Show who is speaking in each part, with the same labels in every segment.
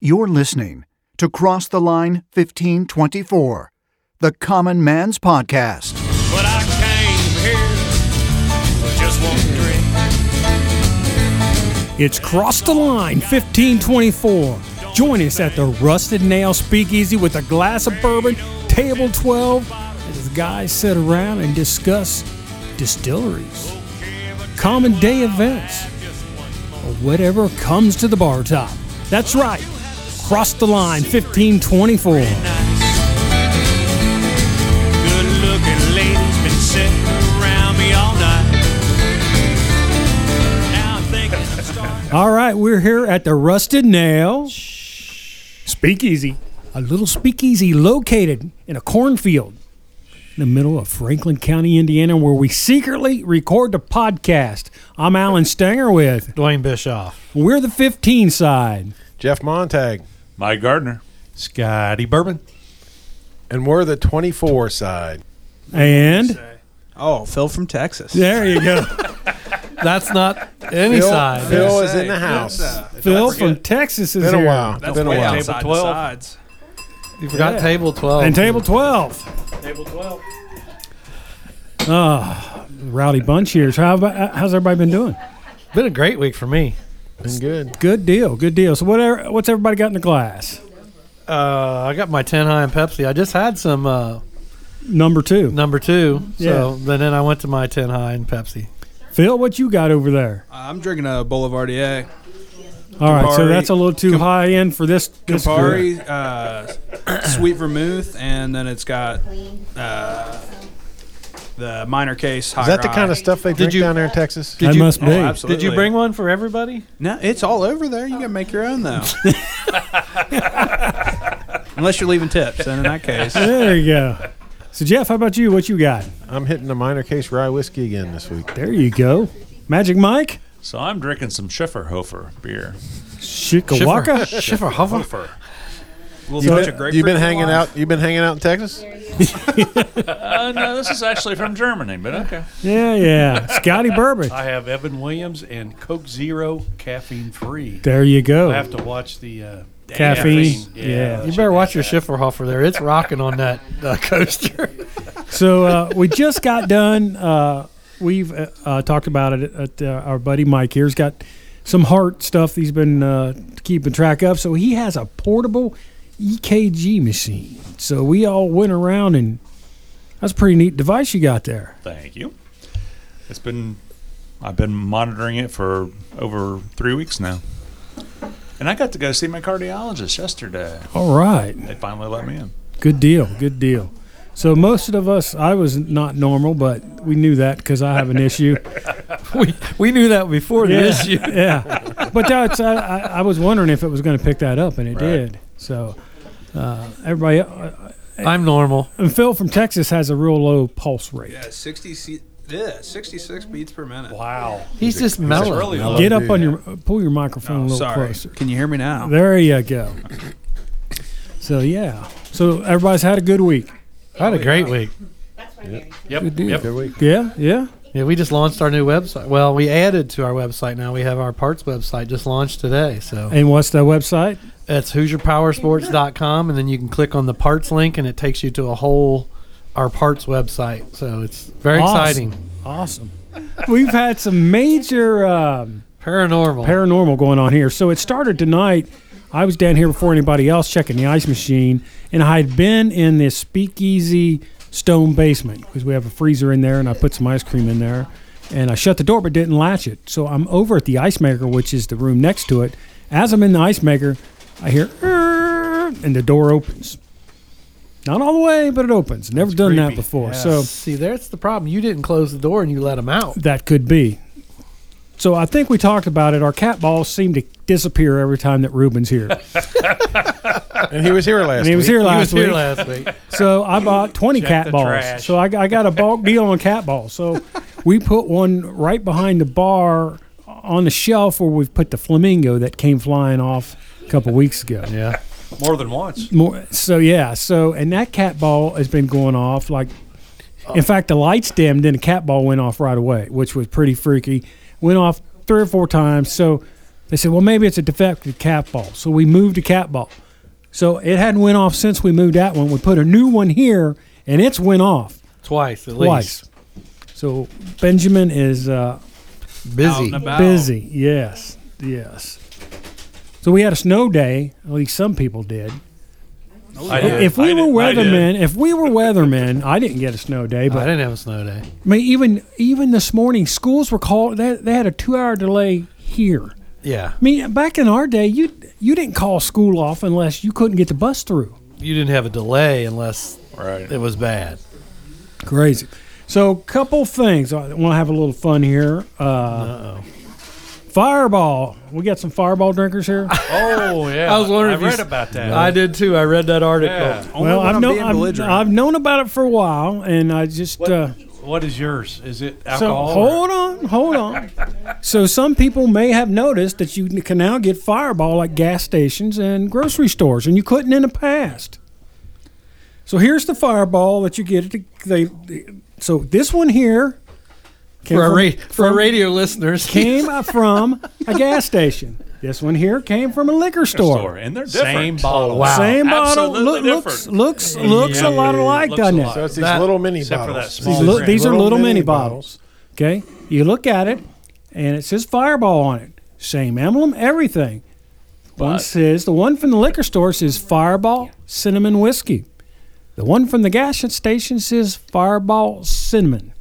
Speaker 1: You're listening to Cross the Line 1524, the Common Man's Podcast.
Speaker 2: But I came here for just one drink.
Speaker 3: It's Cross the Line 1524. Join us at the Rusted Nail Speakeasy with a glass of bourbon, table 12, as the guys sit around and discuss distilleries, common day events, or whatever comes to the bar top. That's right, Cross the Line 1524.
Speaker 2: Good looking ladies been sitting around me all night. Now I'm thinking I'm starting
Speaker 3: All right, we're here at the Rusted Nail.
Speaker 4: Speakeasy.
Speaker 3: a little speakeasy located in a cornfield in the middle of Franklin County, Indiana, where we secretly record the podcast. I'm Alan Stanger with
Speaker 4: Dwayne Bischoff.
Speaker 3: We're the 15 side.
Speaker 5: Jeff Montag,
Speaker 6: Mike Gardner.
Speaker 4: Scotty Bourbon.
Speaker 5: and we're the 24 side.
Speaker 3: And
Speaker 7: Oh, Phil from Texas.
Speaker 3: there you go.
Speaker 4: That's not any
Speaker 5: Phil,
Speaker 4: side.
Speaker 5: Phil is in the house.
Speaker 3: Phil from Texas is
Speaker 5: Been a
Speaker 3: here.
Speaker 5: while. Been a
Speaker 7: way
Speaker 5: while.
Speaker 7: outside the
Speaker 4: 12.
Speaker 7: sides.
Speaker 4: You forgot
Speaker 3: Yeah.
Speaker 4: table 12.
Speaker 3: And table 12.
Speaker 4: table 12.
Speaker 3: Ah, Rowdy bunch here. So how about, uh, how's everybody been doing?
Speaker 4: Been a great week for me.
Speaker 5: Been good.
Speaker 3: Good deal. Good deal. So what are, what's everybody got in the glass?
Speaker 4: Uh, I got my 10 high and Pepsi. I just had some uh,
Speaker 3: Number two.
Speaker 4: number two.
Speaker 3: Yeah.
Speaker 4: So then, then I went to my 10 high and Pepsi.
Speaker 3: Phil, what you got over there?
Speaker 7: Uh, I'm drinking a Boulevardier.
Speaker 3: All right, so
Speaker 7: Campari-
Speaker 3: that's a little too high end for this. this group.
Speaker 7: Campari, uh, sweet vermouth, and then it's got uh, the minor case high
Speaker 5: Is that the
Speaker 7: rye.
Speaker 5: kind of stuff they drink
Speaker 4: you-
Speaker 5: down there in Texas?
Speaker 3: That
Speaker 4: you-
Speaker 3: must
Speaker 7: Oh,
Speaker 3: be.
Speaker 7: absolutely.
Speaker 4: Did you bring one for everybody?
Speaker 7: No, it's all over there. You can make your own, though. Unless you're leaving tips, then in that case.
Speaker 3: There you go. So Jeff, how about you? What you got?
Speaker 5: I'm hitting the minor case rye whiskey again this week.
Speaker 3: There you go. Magic Mike,
Speaker 6: So I'm drinking some Schifferhofer beer.
Speaker 3: Shikawaka.
Speaker 4: Schiffer Hofer.
Speaker 7: Little
Speaker 5: You've
Speaker 7: touch
Speaker 5: been,
Speaker 7: of grapefruit
Speaker 5: you been hanging
Speaker 7: lime.
Speaker 5: out. You've been hanging out in Texas.
Speaker 6: Uh, no, this is actually from Germany, but uh, okay.
Speaker 3: Yeah, yeah. Scotty Bourbon.
Speaker 8: I have Evan Williams and Coke Zero, caffeine free.
Speaker 3: There you
Speaker 8: I
Speaker 3: go.
Speaker 8: have to watch the uh,
Speaker 3: Caffeine.
Speaker 8: caffeine.
Speaker 3: Yeah.
Speaker 4: You better watch your Schiffer Hofer there. It's rocking on that uh, coaster.
Speaker 3: So uh, we just got done. Uh, we've uh, uh, talked about it at uh, our buddy Mike here's got some heart stuff he's been uh, keeping track of. So he has a portable EKG machine. So we all went around and that's a pretty neat device you got there.
Speaker 6: Thank you. It's been I've been monitoring it for over three weeks now. And I got to go see my cardiologist yesterday.
Speaker 3: All right.
Speaker 6: They finally let me in.
Speaker 3: Good deal. Good deal. So most of us, I was not normal, but we knew that because I have an issue.
Speaker 4: we, we knew that before the
Speaker 3: Yeah.
Speaker 4: issue.
Speaker 3: yeah. But that's I, I, I was wondering if it was going to pick that up, and it
Speaker 6: Right.
Speaker 3: did. So uh, everybody, uh,
Speaker 4: I'm normal.
Speaker 3: and Phil from Texas has a real low pulse rate.
Speaker 7: Yeah, 60, se- yeah, 66 beats per minute.
Speaker 8: Wow.
Speaker 4: He's just mellow.
Speaker 6: really
Speaker 5: mellow
Speaker 3: Get up
Speaker 5: dude.
Speaker 3: on your pull your microphone a
Speaker 7: Oh,
Speaker 3: little
Speaker 7: sorry.
Speaker 3: closer.
Speaker 7: Can you hear me now?
Speaker 3: There you go. So yeah. So everybody's had a good week.
Speaker 4: I had a great week.
Speaker 8: Yep.
Speaker 3: Good deal.
Speaker 8: yep.
Speaker 5: Good week.
Speaker 3: Yeah. Yeah.
Speaker 4: Yeah, we just launched our new website. Well, we added to our website now. We have our parts website just launched today. So
Speaker 3: And what's that website?
Speaker 4: that's HoosierPowersports.com, and then you can click on the parts link, and it takes you to a whole our parts website. So it's very
Speaker 3: Awesome.
Speaker 4: exciting.
Speaker 3: Awesome. We've had some major um,
Speaker 4: Paranormal.
Speaker 3: paranormal going on here. So it started tonight. I was down here before anybody else checking the ice machine, and I had been in this speakeasy stone basement because we have a freezer in there, and I put some ice cream in there, and I shut the door but didn't latch it. So I'm over at the ice maker, which is the room next to it. As I'm in the ice maker, I hear "Err," and the door opens. Not all the way, but it opens. Never done that before.
Speaker 4: Yeah.
Speaker 3: So
Speaker 4: see, that's the problem. You didn't close the door, and you let them out.
Speaker 3: that could be. So I think we talked about it. Our cat balls seem to disappear every time that Ruben's here.
Speaker 5: And he was here last.
Speaker 3: And he was
Speaker 5: week.
Speaker 3: here
Speaker 4: He
Speaker 3: last
Speaker 4: was here
Speaker 3: week.
Speaker 4: last week.
Speaker 3: So I bought 20 cat
Speaker 8: the
Speaker 3: balls.
Speaker 8: trash.
Speaker 3: So I, I got a bulk deal on cat balls. So we put one right behind the bar on the shelf where we've put the flamingo that came flying off a couple weeks ago.
Speaker 4: Yeah.
Speaker 8: More than once.
Speaker 3: More, so yeah, so and that cat ball has been going off like in fact the lights dimmed then the cat ball went off right away, which was pretty freaky. Went off three or four times. So They said, well, maybe it's a defective cat ball. So we moved a cat ball. So it hadn't went off since we moved that one. We put a new one here, and it's went off
Speaker 4: Twice at
Speaker 3: twice. So Benjamin is uh,
Speaker 4: least.
Speaker 7: Out
Speaker 4: Busy.
Speaker 7: and about.
Speaker 3: busy. Yes, yes. So we had a snow day. At least some people did.
Speaker 7: I
Speaker 6: did.
Speaker 3: If we
Speaker 6: I
Speaker 3: were
Speaker 6: did. I did.
Speaker 3: weathermen, if we were weathermen, I didn't get a snow day,
Speaker 4: I
Speaker 3: but
Speaker 4: didn't have a snow day.
Speaker 3: I mean, even even this morning, schools were called. They, they had a two-hour delay here.
Speaker 4: Yeah.
Speaker 3: I mean, back in our day, you you didn't call school off unless you couldn't get the bus through.
Speaker 4: You didn't have a delay unless
Speaker 6: Right.
Speaker 4: it was bad.
Speaker 3: Crazy. So, couple things. I want to have a little fun here. Uh, fireball. We got some fireball drinkers here.
Speaker 8: Oh yeah,
Speaker 4: I was wondering
Speaker 8: I
Speaker 4: if you
Speaker 8: read
Speaker 4: s-
Speaker 8: about that.
Speaker 4: I did Oh. too. I read that article.
Speaker 8: yeah.
Speaker 3: well, I've known I've,
Speaker 8: belligerent.
Speaker 3: I've known about it for a while, and I just uh,
Speaker 8: what is yours? Is it
Speaker 3: so
Speaker 8: alcohol? or-
Speaker 3: hold on, hold on. so, some people may have noticed that you can now get fireball at gas stations and grocery stores, and you couldn't in the past. So here's the fireball that you get. At the, they, they- so this one here came
Speaker 4: For, our
Speaker 3: from-
Speaker 4: ra- for our radio listeners,
Speaker 3: came from a gas station. This one here came from a liquor store.
Speaker 6: Store, and they're different.
Speaker 8: Same bottle.
Speaker 4: Oh, Wow.
Speaker 3: Same bottle
Speaker 6: Absolutely
Speaker 3: look, looks
Speaker 6: different.
Speaker 3: looks looks a lot alike,
Speaker 8: Looks
Speaker 3: doesn't
Speaker 8: alike.
Speaker 5: So it's these
Speaker 4: That-
Speaker 5: little mini
Speaker 8: except for
Speaker 5: bottles.
Speaker 8: that
Speaker 5: These
Speaker 8: small Small
Speaker 3: it? These,
Speaker 8: little-
Speaker 3: look, these are little mini bottles. Okay, you look at it, and it says Fireball on it. Same emblem, everything. One says the one from the liquor store says Fireball cinnamon whiskey. The one from the gas station says Fireball cinnamon.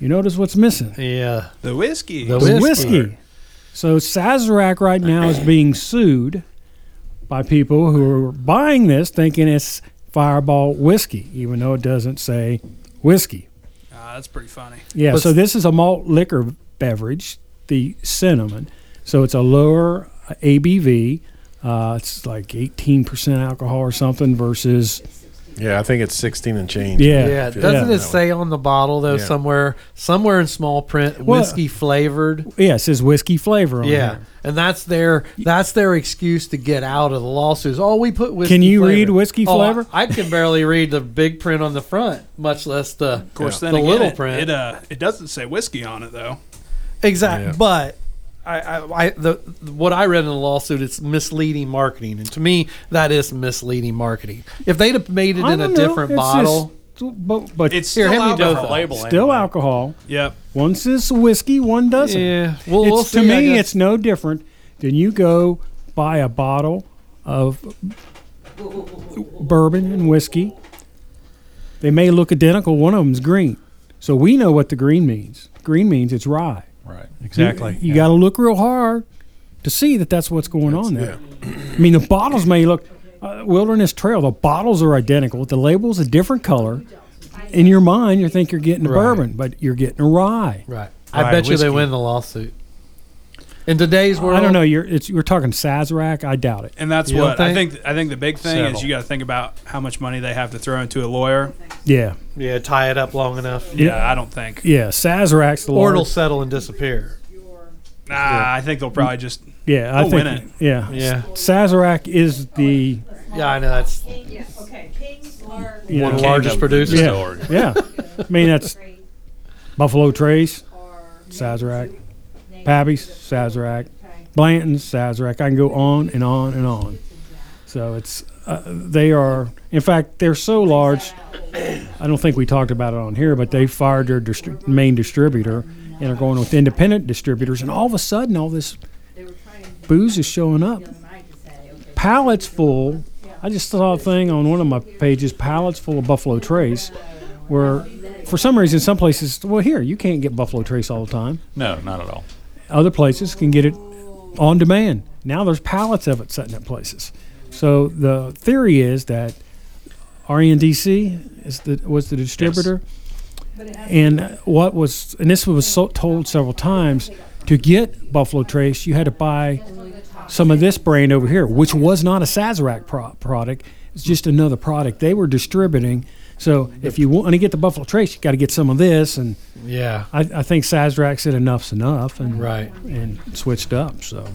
Speaker 3: You notice what's missing?
Speaker 4: Yeah.
Speaker 7: The whiskey.
Speaker 4: The
Speaker 3: the
Speaker 4: whiskey.
Speaker 3: whiskey. So Sazerac right now is being sued by people who are buying this thinking it's Fireball whiskey, even though it doesn't say whiskey.
Speaker 7: Ah, that's pretty funny.
Speaker 3: Yeah,
Speaker 4: But-
Speaker 3: so this is a malt liquor beverage, the cinnamon. So it's a lower uh, ABV. Uh, it's like 18% alcohol or something versus.
Speaker 5: Yeah, I think it's 16 and change.
Speaker 3: Yeah.
Speaker 4: Yeah. Doesn't it say on the bottle though
Speaker 5: Yeah.
Speaker 4: somewhere somewhere in small print
Speaker 3: Well-
Speaker 4: whiskey flavored?
Speaker 3: Yeah, it says whiskey flavor on
Speaker 4: Yeah.
Speaker 3: it.
Speaker 4: And that's their that's their excuse to get out of the lawsuits. Oh, we put whiskey
Speaker 3: Can you
Speaker 4: flavor.
Speaker 3: read whiskey
Speaker 4: Oh, I-
Speaker 3: flavor?
Speaker 4: I, can barely read the big print on the front, much less the
Speaker 7: Of course,
Speaker 4: the
Speaker 7: then again,
Speaker 4: little
Speaker 7: it-
Speaker 4: print.
Speaker 7: It, uh, it doesn't say whiskey on it though.
Speaker 4: Exactly.
Speaker 5: Yeah.
Speaker 4: But I, I, I the what I read in the lawsuit, it's misleading marketing, and to me, that is misleading marketing. If they'd have made it
Speaker 3: I
Speaker 4: in a
Speaker 3: don't know,
Speaker 4: different
Speaker 3: it's
Speaker 4: bottle,
Speaker 3: Just, but but
Speaker 8: It's
Speaker 4: Here,
Speaker 8: still
Speaker 4: hand me both
Speaker 8: alcohol
Speaker 4: of
Speaker 8: label.
Speaker 3: still
Speaker 8: anyway.
Speaker 3: alcohol.
Speaker 7: Yep.
Speaker 3: One says whiskey, one doesn't.
Speaker 4: yeah. Well, we'll
Speaker 3: it's, to
Speaker 4: see, I
Speaker 3: me,
Speaker 4: guess.
Speaker 3: it's no different than you go buy a bottle of bourbon and whiskey. They may look identical. One of them's green, so we know what the green means. Green means it's rye.
Speaker 6: Right.
Speaker 3: You-
Speaker 8: Exactly.
Speaker 3: You, got to look real hard to see that that's what's going on there. I mean, the bottles may look uh, Wilderness Trail. The bottles are identical. The label's a different color. In your mind, you think you're getting a
Speaker 4: Right.
Speaker 3: bourbon, but you're getting a rye.
Speaker 4: right. I
Speaker 8: Rye
Speaker 4: bet you they
Speaker 8: whiskey.
Speaker 4: win the lawsuit. In today's world,
Speaker 3: I don't know. You're it's, we're talking Sazerac. I doubt it.
Speaker 7: And that's
Speaker 4: You don't
Speaker 7: what I
Speaker 4: think?
Speaker 7: think. I think the big thing
Speaker 8: Settle.
Speaker 7: is you got to think about how much money they have to throw into a lawyer.
Speaker 3: Yeah,
Speaker 4: Yeah, tie it up long enough,
Speaker 7: Yeah,
Speaker 3: Yeah.
Speaker 7: I don't think.
Speaker 3: yeah. Sazerac's the
Speaker 4: or it'll
Speaker 3: large-
Speaker 4: settle and disappear.
Speaker 7: Nah, I think they'll probably just.
Speaker 3: Yeah, I
Speaker 7: they'll
Speaker 3: think.
Speaker 7: win it.
Speaker 3: Yeah,
Speaker 4: Yeah.
Speaker 3: Sazerac is the
Speaker 4: Yeah, I know that's
Speaker 9: Okay, Kings are
Speaker 3: you
Speaker 4: one of
Speaker 3: know,
Speaker 4: the largest producers.
Speaker 3: Yeah. yeah. I mean that's Buffalo Trace, Sazerac, Pappy's, Sazerac, Blanton's, Sazerac. I can go on and on and on. So it's uh, they are. In fact, they're so large. I don't think we talked about it on here, but they fired their distri- main distributor and are going with independent distributors. And all of a sudden, all this booze is showing up. Pallets full. I just saw a thing on one of my pages. Pallets full of Buffalo Trace. Where, for some reason, some places. Well, here you can't get Buffalo Trace all the time.
Speaker 6: No, not at all.
Speaker 3: Other places can get it on demand. Now there's pallets of it sitting at places. So the theory is that E RENDC is the was the distributor, and what was and this was so, told several times to get Buffalo Trace, you had to buy some of this brand over here, which was not a Sazerac pro- product. It's just another product they were distributing. So if you want to get the Buffalo Trace, you got to get some of this, and
Speaker 4: Yeah,
Speaker 3: I, I think Sazerac said enough's enough, and
Speaker 4: right.
Speaker 3: and switched up. So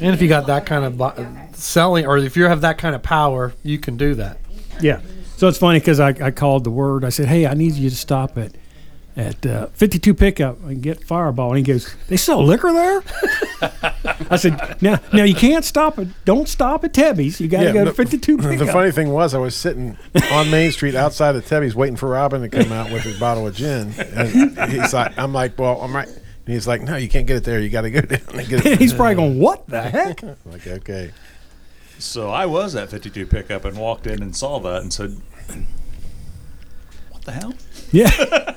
Speaker 4: And if you got that kind of bu- selling, or if you have that kind of power, you can do that.
Speaker 3: yeah, so it's funny because I, I called the word. I said, "Hey, I need you to stop at at uh, 52 pickup and get Fireball. And he goes, they sell liquor there? I said, now, now you can't stop it. Don't stop at Tebby's. You got to
Speaker 5: Yeah,
Speaker 3: go to
Speaker 5: the-
Speaker 3: 52 pickup.
Speaker 5: The funny thing was, I was sitting on Main Street outside of Tebby's waiting for Robin to come out with his bottle of gin. And he's like, I'm like, well, I'm right. And he's like, no, you can't get it there. You got to go down and get it.
Speaker 3: He's probably going, what the heck?
Speaker 5: I'm like, okay.
Speaker 6: So I was at 52 pickup and walked in and saw that and said, "What the hell?"
Speaker 3: Yeah.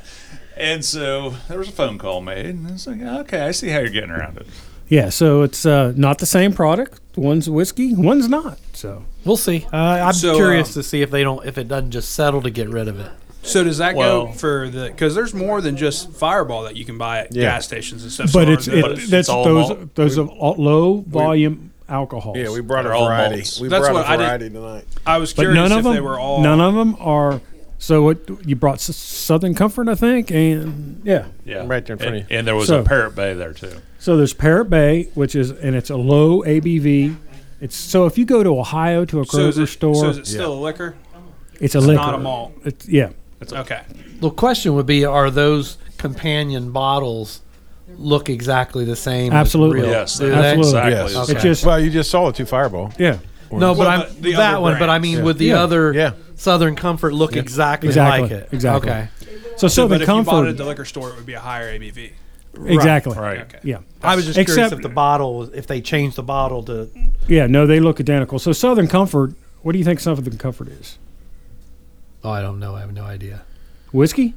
Speaker 6: And so there was a phone call made, and it's like, "Okay, I see how you're getting around it."
Speaker 3: Yeah, so it's uh, not the same product. One's whiskey, one's not. So
Speaker 4: We'll see. Uh, I'm
Speaker 7: So,
Speaker 4: curious
Speaker 7: um,
Speaker 4: to see if they don't, if it doesn't just settle to get rid of it.
Speaker 7: So does that go
Speaker 6: Well-
Speaker 7: for the? Because there's more than just Fireball that you can buy at
Speaker 5: Yeah.
Speaker 7: gas stations and stuff.
Speaker 3: but
Speaker 7: So
Speaker 3: it's,
Speaker 7: are the-
Speaker 3: it,
Speaker 6: But it's-
Speaker 3: that's
Speaker 6: it's all
Speaker 3: those
Speaker 6: malt.
Speaker 3: those are all low volume alcohols.
Speaker 5: Yeah, we brought a
Speaker 6: They're all
Speaker 5: variety.
Speaker 6: malts.
Speaker 5: We
Speaker 7: That's
Speaker 5: brought
Speaker 7: what I
Speaker 5: a
Speaker 7: did-
Speaker 5: variety tonight.
Speaker 7: I was
Speaker 3: but
Speaker 7: curious
Speaker 3: none of
Speaker 7: if
Speaker 3: them
Speaker 7: they were all
Speaker 3: none of them are. So what you brought S- Southern Comfort, I think, and yeah.
Speaker 6: Yeah,
Speaker 5: Right there in front of
Speaker 6: and,
Speaker 5: you.
Speaker 6: And there was
Speaker 3: So-
Speaker 6: a parrot bay there too.
Speaker 3: So there's Parrot Bay, which is and it's a low ABV. It's so if you go to Ohio to a
Speaker 7: So
Speaker 3: Kroger
Speaker 7: is it,
Speaker 3: store,
Speaker 7: So is it still a liquor?
Speaker 3: it's a
Speaker 7: it's
Speaker 3: liquor.
Speaker 7: not a malt.
Speaker 3: It's, yeah,
Speaker 7: Okay.
Speaker 4: The question would be: Are those companion bottles look exactly the same? as
Speaker 3: Absolutely.
Speaker 4: real?
Speaker 6: Yes,
Speaker 4: Do they?
Speaker 3: absolutely.
Speaker 6: exactly.
Speaker 5: Yes.
Speaker 3: It
Speaker 4: Okay.
Speaker 3: just
Speaker 5: Well, you just saw the two Fireball.
Speaker 3: yeah.
Speaker 4: No,
Speaker 7: What
Speaker 4: but I'm
Speaker 7: about the
Speaker 4: that
Speaker 7: other
Speaker 4: one. But I
Speaker 7: brands?
Speaker 4: mean, would the
Speaker 3: Yeah.
Speaker 4: other
Speaker 5: Yeah.
Speaker 4: Southern Comfort look exactly,
Speaker 3: Exactly.
Speaker 4: like it?
Speaker 3: Exactly.
Speaker 4: Okay.
Speaker 3: So Southern
Speaker 7: but if you bought it
Speaker 3: Comfort,
Speaker 7: at the liquor store, it would be a higher ABV.
Speaker 3: exactly.
Speaker 6: Right.
Speaker 7: Okay.
Speaker 3: Yeah.
Speaker 4: I was just
Speaker 3: Except-
Speaker 4: curious if the bottle, was- if they changed the bottle to
Speaker 3: Yeah, no, they look identical. So Southern Comfort, what do you think Southern Comfort is?
Speaker 4: Oh, I don't know. I have no idea.
Speaker 3: Whiskey?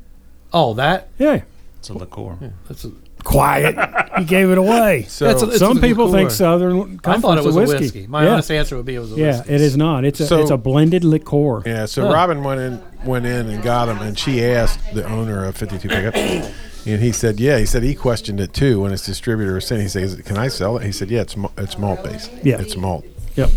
Speaker 4: Oh, that
Speaker 3: Yeah.
Speaker 6: It's a liqueur.
Speaker 4: that's. A,
Speaker 3: Quiet. you gave it away.
Speaker 5: So
Speaker 4: That's a- it's
Speaker 3: Some people
Speaker 4: liqueur.
Speaker 3: think Southern
Speaker 4: I
Speaker 3: Comfort's
Speaker 4: thought it was
Speaker 3: a
Speaker 4: a
Speaker 3: whiskey.
Speaker 4: whiskey. My
Speaker 3: yeah.
Speaker 4: honest answer would be it was a
Speaker 3: yeah,
Speaker 4: whiskey.
Speaker 3: it is not. It's a
Speaker 5: So-
Speaker 3: it's a blended liqueur.
Speaker 5: Yeah, so Robin went in, went in and got him, and she asked the owner of 52 Pickup, and he said, "Yeah." He said he questioned it too when his distributor was saying, "He says, can I sell it?" He said, "Yeah, it's ma- it's malt based.
Speaker 3: Yeah.
Speaker 5: it's malt."
Speaker 3: Yep.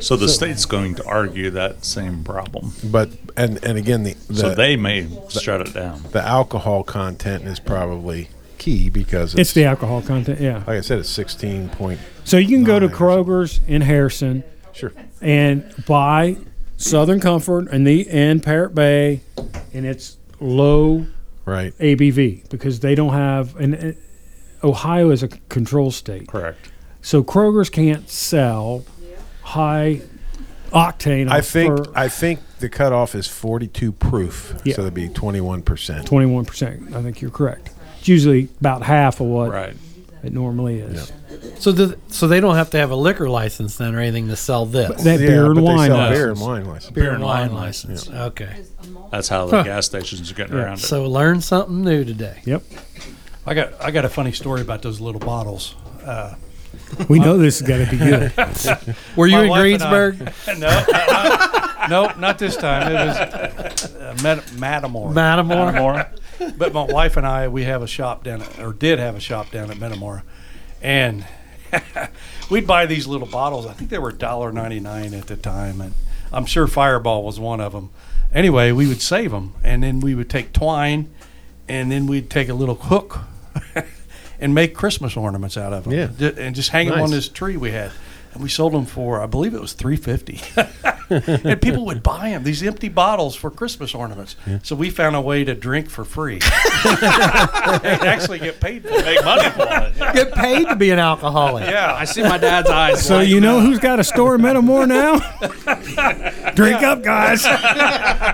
Speaker 6: So the state's going to argue that same problem.
Speaker 5: But and and again, the the,
Speaker 6: so they may shut it down.
Speaker 5: the alcohol content is probably key because it's,
Speaker 3: It's the alcohol content, yeah.
Speaker 5: like I said, it's 16 point.
Speaker 3: So you can go to
Speaker 5: Nine or something.
Speaker 3: Kroger's in Harrison
Speaker 5: Sure,
Speaker 3: and buy Southern Comfort and the and Parrot Bay and it's low
Speaker 5: right.
Speaker 3: ABV because they don't have and uh, Ohio is a c- control state.
Speaker 6: Correct.
Speaker 3: So Kroger's can't sell high octane.
Speaker 5: I think
Speaker 3: for
Speaker 5: I think the cutoff is 42 proof,
Speaker 3: Yeah.
Speaker 5: so that'd be 21 percent.
Speaker 3: 21%. I think you're correct. It's usually about half of what
Speaker 6: Right.
Speaker 3: it normally is.
Speaker 4: So, the, so they don't have to have a liquor license then or anything to sell this
Speaker 3: That
Speaker 5: yeah,
Speaker 3: beer and
Speaker 5: but
Speaker 3: wine.
Speaker 5: They sell
Speaker 3: license.
Speaker 5: beer and wine license.
Speaker 4: beer and wine license. Okay.
Speaker 6: That's how the gas stations are getting around it.
Speaker 4: So learn something new today.
Speaker 3: Yep.
Speaker 8: I got I got a funny story about those little bottles.
Speaker 3: We know this has got to be good.
Speaker 4: Were you
Speaker 8: My
Speaker 4: in
Speaker 8: wife and
Speaker 4: Greensburg?
Speaker 8: no, uh, no, not this time. It was uh, Mat- Matamore.
Speaker 4: Matamore?
Speaker 8: But my wife and I, we have a shop down, at, or did have a shop down at Metamora, and we'd buy these little bottles. I think they were $1.99 at the time, and I'm sure Fireball was one of them. Anyway, we would save them, and then we would take twine, and then we'd take a little hook and make Christmas ornaments out of them,
Speaker 5: Yeah.
Speaker 8: Ju- and just hang them on
Speaker 5: Nice.
Speaker 8: this tree we had. And we sold them for, I believe it was three fifty, and people would buy them these empty bottles for Christmas ornaments. So we found a way to drink for free and actually get paid for it.
Speaker 6: Make money for it.
Speaker 4: Get paid to be an alcoholic.
Speaker 8: Yeah, I see my dad's eyes.
Speaker 3: so
Speaker 8: light
Speaker 3: you know
Speaker 8: up.
Speaker 3: who's got a store in Metamore now? Drink up, guys.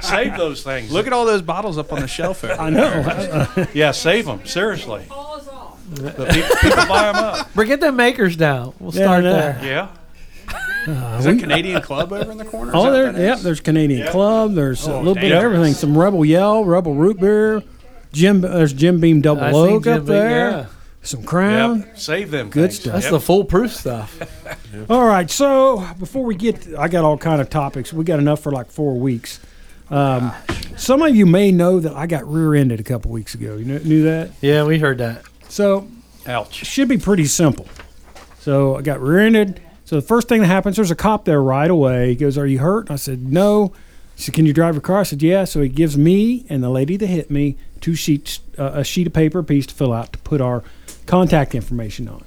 Speaker 8: save those things.
Speaker 7: Look at all those bottles up on the shelf there.
Speaker 3: I know.
Speaker 8: yeah, save them seriously.
Speaker 9: All is off.
Speaker 8: But pe- people buy them up.
Speaker 4: But get them makers down. We'll
Speaker 3: Yeah,
Speaker 4: start
Speaker 3: I know.
Speaker 4: there.
Speaker 8: Yeah,
Speaker 7: Is that Canadian Club over in the corner? Is
Speaker 3: Oh,
Speaker 7: that
Speaker 3: there,
Speaker 7: what that
Speaker 3: yep.
Speaker 7: is?
Speaker 3: There's Canadian Club. There's a
Speaker 4: Oh,
Speaker 3: little bit of
Speaker 8: damn.
Speaker 3: everything. Some Rebel Yell, Rebel Root Beer. Jim, there's Jim Beam Double
Speaker 4: I seen
Speaker 3: Oak
Speaker 4: Jim
Speaker 3: up
Speaker 4: Beam,
Speaker 3: there.
Speaker 4: yeah.
Speaker 3: Some Crown.
Speaker 8: Yep. Save them.
Speaker 3: Good
Speaker 8: things.
Speaker 3: stuff.
Speaker 4: That's the foolproof stuff.
Speaker 3: All right, so before we get, I got all kind of topics. We got enough for like four weeks. Um, some of you may know that I got rear-ended a couple weeks ago. You knew, knew that,
Speaker 4: Yeah, we heard that.
Speaker 3: so
Speaker 8: Ouch.
Speaker 3: should be pretty simple. So I got rear-ended. So the first thing that happens, there's a cop there right away. He goes, "Are you hurt?" I said, "No." He said, "Can you drive your car?" I said, "Yeah." So he gives me and the lady that hit me two sheets, uh, a sheet of paper piece to fill out to put our contact information on,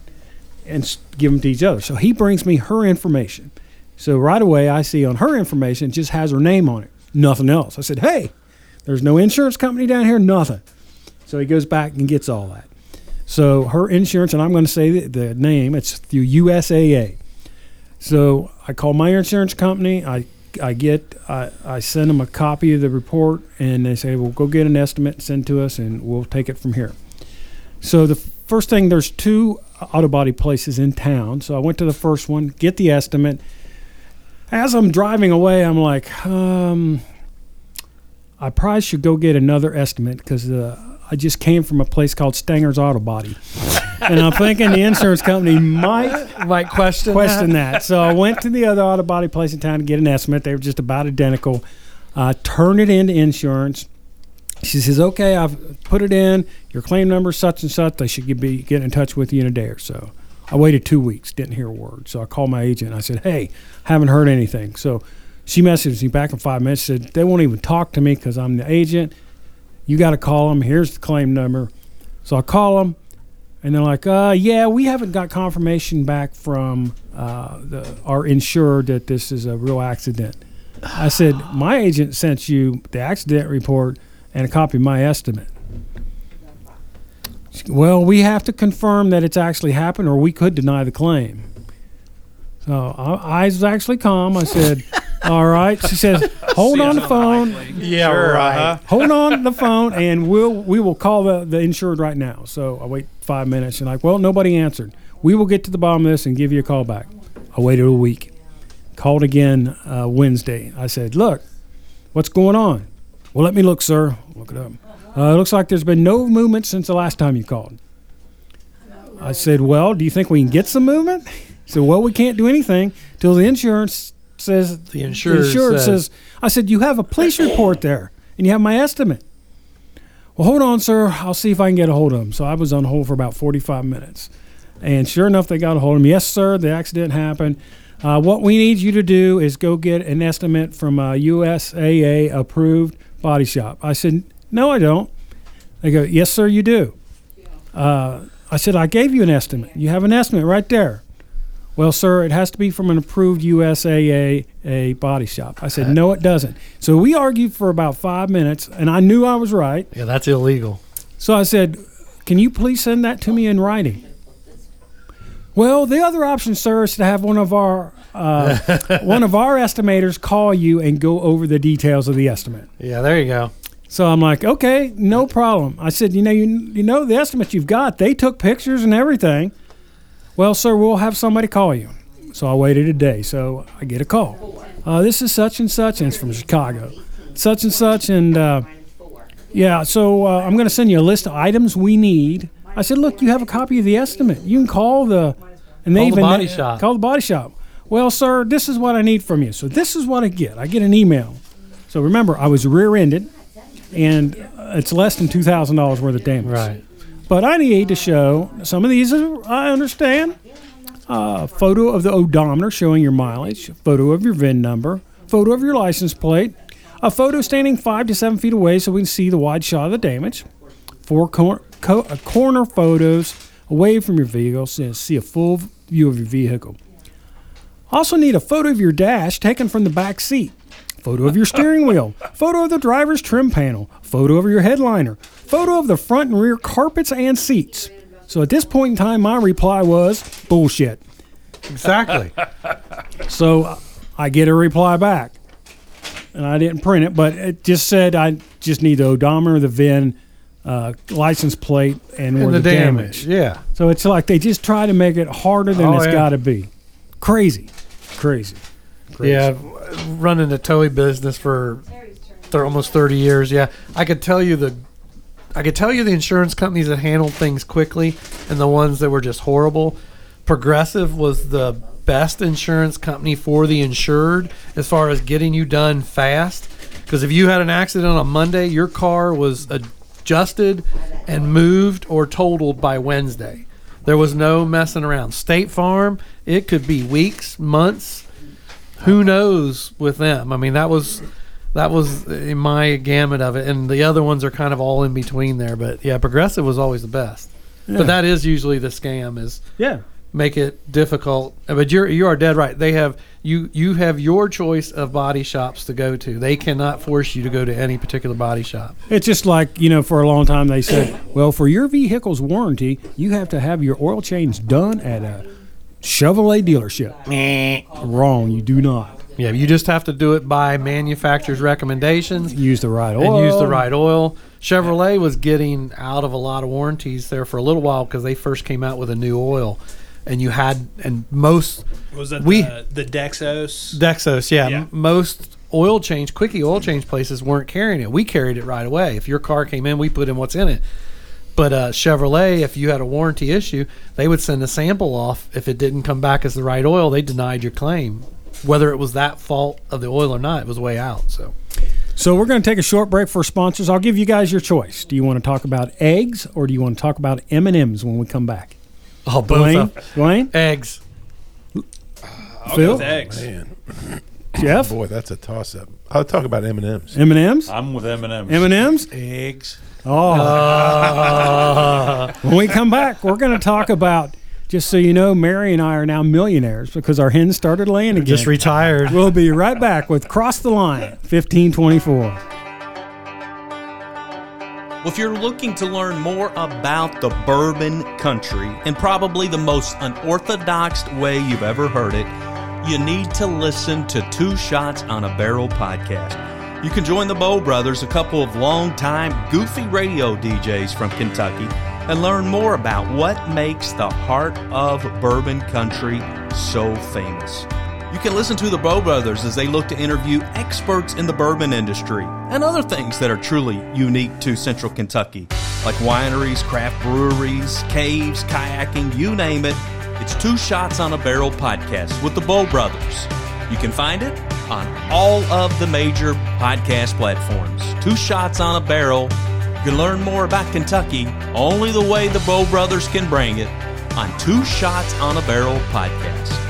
Speaker 3: and s- give them to each other. So he brings me her information. So right away, I see on her information it just has her name on it, nothing else. I said, "Hey, there's no insurance company down here, nothing." So he goes back and gets all that. So her insurance, and I'm going to say the, the name, it's through USAA. So I call my insurance company. I I get I, I send them a copy of the report, and they say, "Well, go get an estimate, send to us, and we'll take it from here." So the first thing, there's two auto body places in town. So I went to the first one, get the estimate. As I'm driving away, I'm like, um, I probably should go get another estimate because uh, I just came from a place called Stanger's Auto Body, and I'm thinking the insurance company might
Speaker 4: Might question.
Speaker 3: question that. So I went to the other auto body place in town to get an estimate. They were just about identical. Uh, turn it into insurance. She says, "Okay, I've put it in. Your claim number is such and such. They should be get in touch with you in a day or so." I waited two weeks, didn't hear a word. So I called my agent. I said, "Hey, haven't heard anything." So she messaged me back in five minutes. Said they won't even talk to me because I'm the agent. You got to call them. Here's the claim number. So I call them. And they're like, uh, yeah, we haven't got confirmation back from uh, the, our insurer that this is a real accident. I said, my agent sent you the accident report and a copy of my estimate. She- Well, we have to confirm that it's actually happened or we could deny the claim. So I, I was actually calm. I said, all right. She says, hold on the phone
Speaker 8: Yeah, right.
Speaker 3: hold on the phone and we'll we will call the, the insured right now so i wait five minutes and like well nobody answered we will get to the bottom of this and give you a call back i waited a week called again uh, wednesday i said look what's going on well let me look sir look it up uh, it looks like there's been no movement since the last time you called i said well do you think we can get some movement so well we can't do anything till the insurance says
Speaker 4: The insurer
Speaker 3: insurer
Speaker 4: says-
Speaker 3: says i said you have a police report there and you have my estimate well, hold on, sir. I'll see if I can get a hold of him. So I was on hold for about 45 minutes. And sure enough, they got a hold of him. Yes, sir, the accident happened. Uh, what we need you to do is go get an estimate from a USAA approved body shop. I said, No, I don't. They go, Yes, sir, you do. Uh, I said, I gave you an estimate. You have an estimate right there. Well, sir, it has to be from an approved USAA a body shop. I said, No, it doesn't. So we argued for about five minutes, and I knew I was right.
Speaker 4: Yeah, that's illegal.
Speaker 3: So I said, Can you please send that to me in writing? Well, the other option, sir, is to have one of our uh, one of our estimators call you and go over the details of the estimate.
Speaker 4: Yeah, there you go.
Speaker 3: So I'm like, okay, no problem. I said, you know, you, you know the estimates you've got. They took pictures and everything. Well, sir, we'll have somebody call you. So I waited a day. So I get a call. Uh, this is such and such, and it's from Chicago. Such and such, and uh, yeah. So uh, I'm going to send you a list of items we need. I said, look, you have a copy of the estimate. You can call the and they
Speaker 4: Call the
Speaker 3: even
Speaker 4: body shop.
Speaker 3: call the body shop. Well, sir, this is what I need from you. So this is what I get. I get an email. So remember, I was rear-ended and uh, it's less than two thousand dollars worth of damage.
Speaker 4: Right.
Speaker 3: But I need to show some of these. Are, I understand. Uh, photo of the odometer showing your mileage. Photo of your VIN number. Photo of your license plate. A photo standing five to seven feet away so we can see the wide shot of the damage. Four cor- co- uh, corner photos away from your vehicle so you see a full view of your vehicle. Also need a photo of your dash taken from the back seat photo of your steering wheel, photo of the driver's trim panel, photo of your headliner, photo of the front and rear carpets and seats. So at this point in time, my reply was bullshit.
Speaker 4: Exactly.
Speaker 3: So I get a reply back, and I didn't print it, but it just said I just need the odometer, the VIN, uh, license plate, and, where
Speaker 4: and
Speaker 3: the,
Speaker 4: the
Speaker 3: damage.
Speaker 4: damage. Yeah.
Speaker 3: So it's like they just try to make it harder than
Speaker 4: Oh,
Speaker 3: it's
Speaker 4: yeah.
Speaker 3: got to be. Crazy, crazy. crazy.
Speaker 4: Yeah, w- running the towing business for th- almost 30 years. Yeah, I could tell you the, I could tell you the insurance companies that handled things quickly and the ones that were just horrible. Progressive was the best insurance company for the insured as far as getting you done fast. Because if you had an accident on Monday, your car was adjusted and moved or totaled by Wednesday. There was no messing around. State Farm, it could be weeks, months, who knows with them? I mean, that was that was in my gamut of it, and the other ones are kind of all in between there. But yeah, progressive was always the best.
Speaker 3: Yeah.
Speaker 4: But that is usually the scam is
Speaker 3: Yeah.
Speaker 4: make it difficult. Uh, But you're you are dead right. They have you you have your choice of body shops to go to. They cannot force you to go to any particular body shop.
Speaker 3: It's just like, you know, for a long time they said, well, for your vehicle's warranty, you have to have your oil change done at a Chevrolet dealership. Wrong, you do not.
Speaker 4: Yeah, you just have to do it by manufacturer's recommendations.
Speaker 3: Use the right oil.
Speaker 4: and use the right oil. Chevrolet was getting out of a lot of warranties there for a little while because they first came out with a new oil, and you had and most
Speaker 7: Was that
Speaker 4: We-
Speaker 7: the, the Dexos?
Speaker 4: Dexos, yeah,
Speaker 7: Yeah.
Speaker 4: m- most oil change, quickie oil change places weren't carrying it. We carried it right away. If your car came in, we put in what's in it. But uh, Chevrolet, if you had a warranty issue, they would send a sample off. If it didn't come back as the right oil, they denied your claim, whether it was that fault of the oil or not. It was way out. So.
Speaker 3: So we're going to take a short break for sponsors. I'll give you guys your choice. Do you want to talk about eggs or do you want to talk about M&Ms when we come back?
Speaker 4: Oh,
Speaker 3: Blaine, Blaine,
Speaker 4: Eggs.
Speaker 7: I'll
Speaker 3: Phil?
Speaker 7: go with eggs.
Speaker 5: Man,
Speaker 3: Jeff,
Speaker 5: boy, that's a toss-up. I'll talk about M and M's.
Speaker 3: M&Ms,
Speaker 6: I'm with Eminem.
Speaker 3: M&Ms.
Speaker 7: Eggs.
Speaker 3: Oh. when we come back, we're going to talk about. Just so you know, Mary and I are now millionaires because our hens started laying again.
Speaker 4: Just retired.
Speaker 3: We'll be right back with Cross the Line 1524.
Speaker 10: Well, if you're looking to learn more about the bourbon country and probably the most unorthodox way you've ever heard it, you need to listen to Two Shots on a Barrel podcast. You can join the Bow Brothers, a couple of longtime goofy radio DJs from Kentucky, and learn more about what makes the heart of bourbon country so famous. You can listen to the Bow Brothers as they look to interview experts in the bourbon industry and other things that are truly unique to Central Kentucky, like wineries, craft breweries, caves, kayaking, you name it. It's Two Shots on a Barrel podcast with the Bow Brothers. You can find it on all of the major podcast platforms. Two Shots on a Barrel. You can learn more about Kentucky only the way the Bow Brothers can bring it on Two Shots on a Barrel podcast.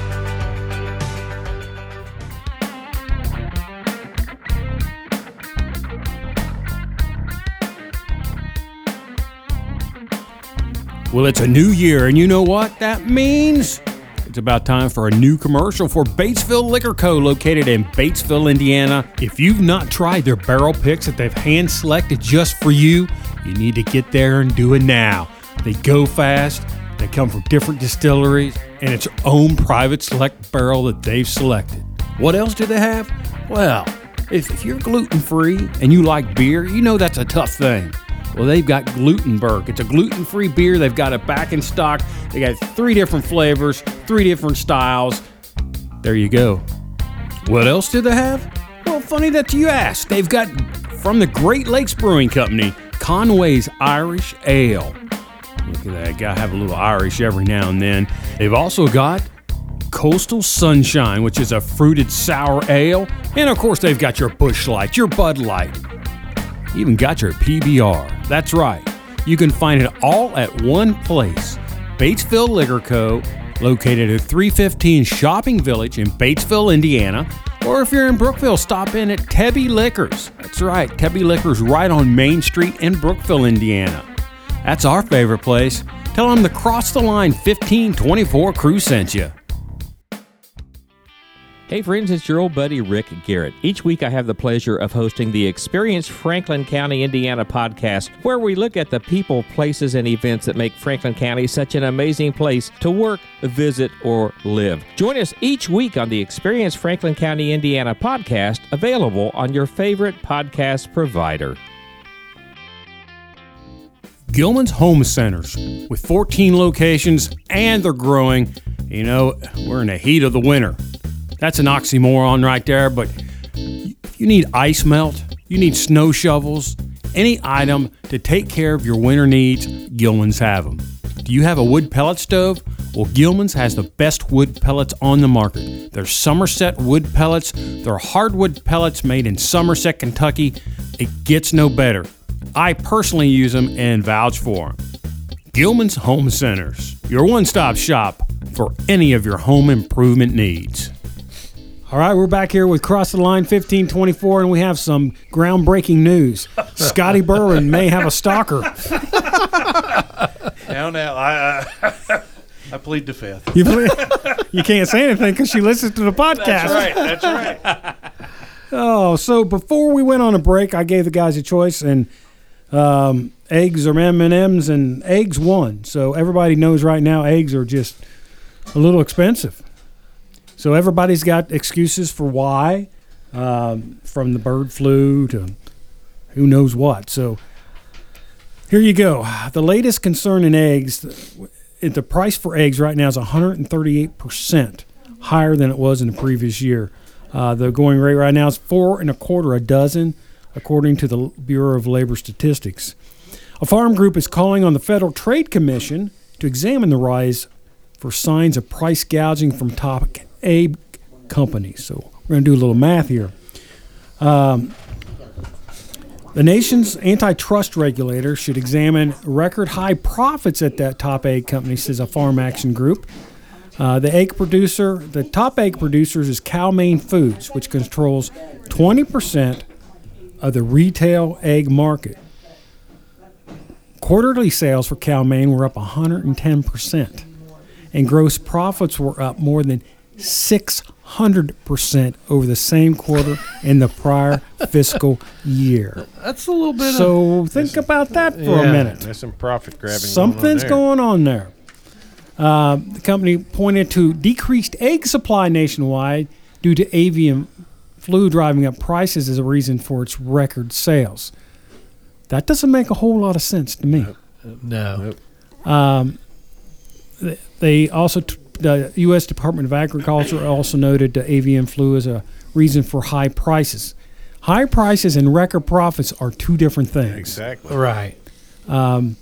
Speaker 3: Well, it's a new year, and you know what that means? It's about time for a new commercial for Batesville Liquor Co., located in Batesville, Indiana. If you've not tried their barrel picks that they've hand selected just for you, you need to get there and do it now. They go fast, they come from different distilleries, and it's your own private select barrel that they've selected. What else do they have? Well, if, if you're gluten free and you like beer, you know that's a tough thing. Well, they've got Glutenberg. It's a gluten free beer. They've got it back in stock. They got three different flavors, three different styles. There you go. What else do they have? Well, funny that you asked. They've got from the Great Lakes Brewing Company, Conway's Irish Ale. Look at that. Gotta have a little Irish every now and then. They've also got Coastal Sunshine, which is a fruited sour ale. And of course, they've got your Bush Light, your Bud Light even got your PBR. That's right. You can find it all at one place Batesville Liquor Co., located at 315 Shopping Village in Batesville, Indiana. Or if you're in Brookville, stop in at Tebby Liquors. That's right, Tebby Liquors right on Main Street in Brookville, Indiana. That's our favorite place. Tell them the Cross the Line 1524 crew sent you.
Speaker 11: Hey friends, it's your old buddy Rick Garrett. Each week I have the pleasure of hosting the Experience Franklin County, Indiana podcast, where we look at the people, places, and events that make Franklin County such an amazing place to work, visit, or live. Join us each week on the Experience Franklin County, Indiana podcast, available on your favorite podcast provider.
Speaker 3: Gilman's Home Centers with 14 locations and they're growing. You know, we're in the heat of the winter. That's an oxymoron right there, but if you need ice melt, you need snow shovels, any item to take care of your winter needs, Gilman's have them. Do you have a wood pellet stove? Well, Gilman's has the best wood pellets on the market. They're Somerset wood pellets. They're hardwood pellets made in Somerset, Kentucky. It gets no better. I personally use them and vouch for them. Gilman's Home Centers, your one stop shop for any of your home improvement needs. All right, we're back here with Cross the Line 1524, and we have some groundbreaking news. Scotty Berwin may have a stalker.
Speaker 8: Hell no. I, I, I plead the fifth.
Speaker 3: You, believe- you can't say anything because she listens to the podcast.
Speaker 8: That's right. That's right.
Speaker 3: Oh, so before we went on a break, I gave the guys a choice, and um, eggs or M and M's, and eggs won. So everybody knows right now, eggs are just a little expensive. So everybody's got excuses for why, um, from the bird flu to who knows what. So here you go. The latest concern in eggs, the, the price for eggs right now is 138% higher than it was in the previous year. Uh, the going rate right now is four and a quarter a dozen, according to the Bureau of Labor Statistics. A farm group is calling on the Federal Trade Commission to examine the rise for signs of price gouging from top A companies. So we're going to do a little math here. Um, the nation's antitrust regulator should examine record high profits at that top egg company, says a farm action group. Uh, the egg producer, the top egg producers is Cowmaine Foods, which controls 20% of the retail egg market. Quarterly sales for Cowmaine were up 110%, and gross profits were up more than 600% over the same quarter in the prior fiscal year.
Speaker 4: That's a little bit. of,
Speaker 3: So think about that for a
Speaker 5: Yeah,
Speaker 3: minute.
Speaker 5: There's some profit grabbing.
Speaker 3: Something's going on there. Uh, the company pointed to decreased egg supply nationwide due to avian flu driving up prices as a reason for its record sales. That doesn't make a whole lot of sense to me.
Speaker 4: no.
Speaker 3: Um, th- they also, t- the U.S. Department of Agriculture also noted the avian flu as a reason for high prices. High prices and record profits are two different things.
Speaker 5: Exactly.
Speaker 4: Right.
Speaker 3: Um,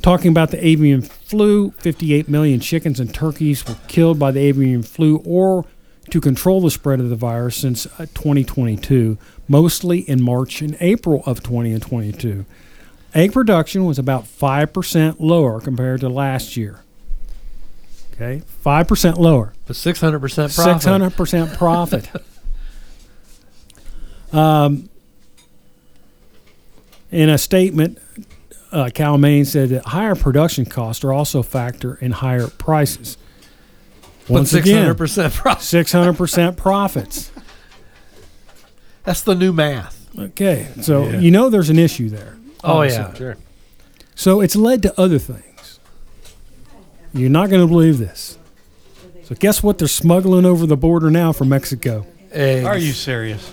Speaker 3: talking about the avian flu, 58 million chickens and turkeys were killed by the avian flu or to control the spread of the virus since uh, 2022, mostly in March and April of 2022. Egg production was about 5% lower compared to last year. Okay, 5% lower.
Speaker 4: But six hundred percent profit.
Speaker 3: Six hundred percent profit. um, in a statement, uh, Calmaine said that higher production costs are also a factor in higher prices.
Speaker 4: But
Speaker 3: Once
Speaker 4: six hundred
Speaker 3: again,
Speaker 4: percent profit.
Speaker 3: six hundred percent profits.
Speaker 4: That's the new math.
Speaker 3: Okay, so you know there's an issue there.
Speaker 4: Oh
Speaker 3: Obviously.
Speaker 4: yeah.
Speaker 5: Sure.
Speaker 3: So it's led to other things. You're not going to believe this. So guess what? They're smuggling over the border now from Mexico.
Speaker 4: Eggs.
Speaker 8: Are you serious?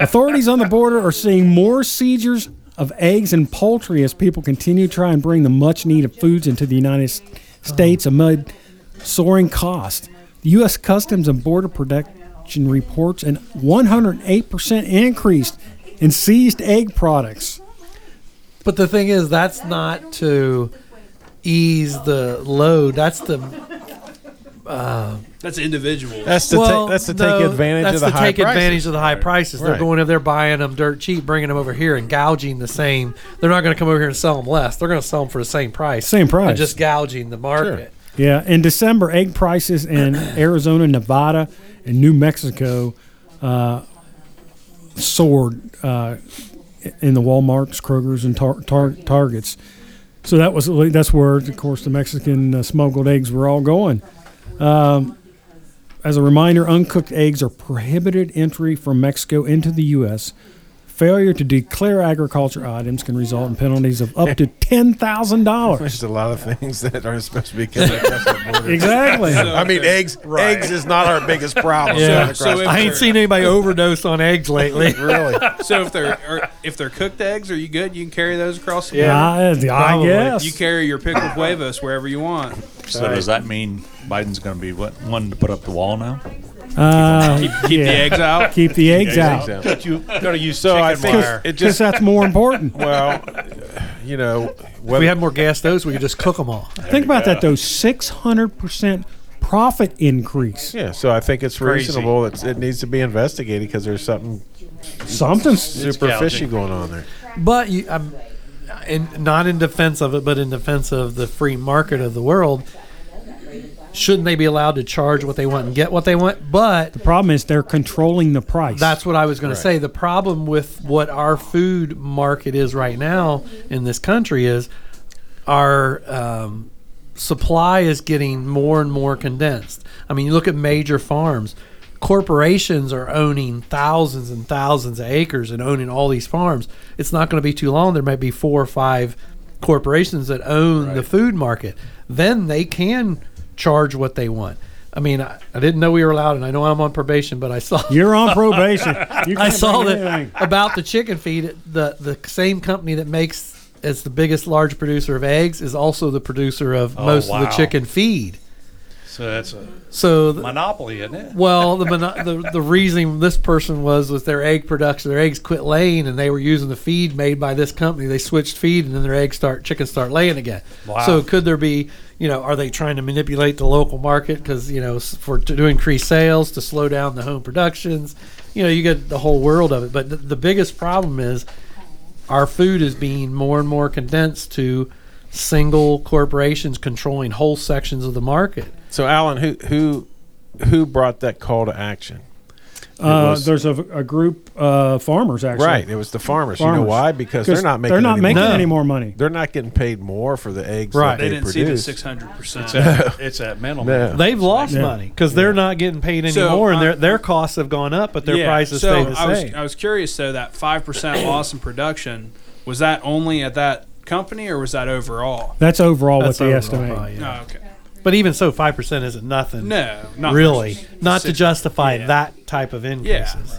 Speaker 3: Authorities on the border are seeing more seizures of eggs and poultry as people continue to try and bring the much needed foods into the United S- States amid soaring costs. The U.S. Customs and Border Protection reports an 108% increase in seized egg products.
Speaker 4: But the thing is, that's not to ease the load. That's the
Speaker 7: That's individual.
Speaker 5: That's to
Speaker 4: well,
Speaker 5: take, that's to
Speaker 4: no,
Speaker 5: take advantage
Speaker 4: that's
Speaker 5: of the
Speaker 4: to
Speaker 5: high
Speaker 4: take
Speaker 5: prices.
Speaker 4: advantage of the high prices. They're
Speaker 5: Right.
Speaker 4: going over there buying them dirt cheap, bringing them over here and gouging the same. They're not going to come over here and sell them less. They're going to sell them for the same price.
Speaker 3: Same price.
Speaker 4: They're just gouging the market.
Speaker 3: Yeah, in December, egg prices in Arizona, Nevada, and New Mexico uh, soared uh, in the Walmart's, Kroger's, and tar- tar- Targets. So that was that's where, of course, the Mexican uh, smuggled eggs were all going. Um, as a reminder, uncooked eggs are prohibited entry from Mexico into the U.S. Failure to declare agriculture items can result in penalties of up to ten thousand dollars.
Speaker 5: There's a lot of things that aren't supposed to be coming across the border.
Speaker 3: Exactly.
Speaker 5: I mean, eggs. Eggs is not our biggest problem.
Speaker 4: Yeah.
Speaker 5: coming across
Speaker 7: So
Speaker 5: the
Speaker 7: if-
Speaker 4: I ain't
Speaker 7: Sure.
Speaker 4: seen anybody overdose on eggs lately.
Speaker 5: really.
Speaker 7: so if they're or if they're cooked eggs, are you good? You can carry those across the
Speaker 3: Yeah, I, I
Speaker 4: Probably.
Speaker 3: guess.
Speaker 7: You carry your pickled huevos wherever you want.
Speaker 6: So does that mean Biden's going to be what one to put up the wall now?
Speaker 3: uh,
Speaker 7: Keep, keep the eggs out.
Speaker 3: keep the eggs
Speaker 4: Oh.
Speaker 3: out.
Speaker 5: Eggs out.
Speaker 8: You gotta use
Speaker 5: So I
Speaker 8: chicken
Speaker 5: think
Speaker 8: wire.
Speaker 5: it
Speaker 3: Because
Speaker 5: just
Speaker 3: that's more important.
Speaker 5: well, you know,
Speaker 4: if we
Speaker 5: whether,
Speaker 4: had more gas stoves, we could just cook them all.
Speaker 3: Think about that, though. 600% profit increase.
Speaker 5: yeah. So I think it's
Speaker 8: Crazy.
Speaker 5: reasonable. It's, it needs to be investigated because there's something
Speaker 3: Something's.
Speaker 5: super
Speaker 8: gouging.
Speaker 5: fishy going on there.
Speaker 4: But you, I'm, in, not in defense of it, but in defense of the free market of the world. Shouldn't they be allowed to charge what they want and get what they want? But
Speaker 3: Problem is, they're controlling the price.
Speaker 4: that's what I was going to say. The problem with what our food market is right now in this country is our um, supply is getting more and more condensed. I mean, you look at major farms. Corporations are owning thousands and thousands of acres and owning all these farms. It's not going to be too long. There might be four or five corporations that own the food market. Then they can charge what they want. I mean, I, I didn't know we were allowed, and I know I'm on probation, but I saw
Speaker 3: You're on probation. You
Speaker 4: I
Speaker 3: can't
Speaker 4: saw
Speaker 3: bring
Speaker 4: that about the chicken feed. The the same company that makes as the biggest large producer of eggs is also the producer of
Speaker 8: Oh,
Speaker 4: most of
Speaker 8: wow.
Speaker 4: the chicken feed.
Speaker 8: So that's a
Speaker 4: So the-
Speaker 8: monopoly, isn't it?
Speaker 4: Well, the, mono- the the reason this person was was their egg production, their eggs quit laying, and they were using the feed made by this company. They switched feed, and then their eggs start chickens start laying again.
Speaker 8: Wow.
Speaker 4: So could there be, you know, are they trying to manipulate the local market because you know s- for to, to increase sales to slow down the home productions? You know, you get the whole world of it. But the, the biggest problem is our food is being more and more condensed to single corporations controlling whole sections of the market.
Speaker 5: So Alan, who who who brought that call to action? It
Speaker 3: Uh,
Speaker 5: was-
Speaker 3: there's a, a group uh, farmers actually.
Speaker 5: Right, it was the farmers. You know why? Because they're not making
Speaker 3: they're not
Speaker 5: any
Speaker 3: making
Speaker 5: money.
Speaker 3: any more money.
Speaker 5: They're not getting paid more for the eggs.
Speaker 4: Right.
Speaker 5: that
Speaker 4: They
Speaker 5: they,
Speaker 4: didn't
Speaker 5: produce.
Speaker 4: see the
Speaker 8: 600%.
Speaker 5: No.
Speaker 8: It's that- it's that mental
Speaker 5: No.
Speaker 8: math.
Speaker 4: They've lost
Speaker 8: Yeah.
Speaker 4: money because they're not getting paid
Speaker 7: So,
Speaker 4: anymore, and
Speaker 7: I-
Speaker 4: their their costs have gone up, but their prices
Speaker 7: so
Speaker 4: stay the
Speaker 7: I
Speaker 4: same.
Speaker 7: Was, I was curious though that five percent loss in production was that only at that company or was that overall?
Speaker 3: That's overall what they
Speaker 4: overall,
Speaker 3: estimate.
Speaker 4: probably, yeah.
Speaker 7: Oh, okay.
Speaker 4: But even so, five percent isn't nothing.
Speaker 7: No, not
Speaker 4: really,
Speaker 7: much.
Speaker 4: not to
Speaker 7: Six-
Speaker 4: justify
Speaker 7: yeah.
Speaker 4: that type of increases.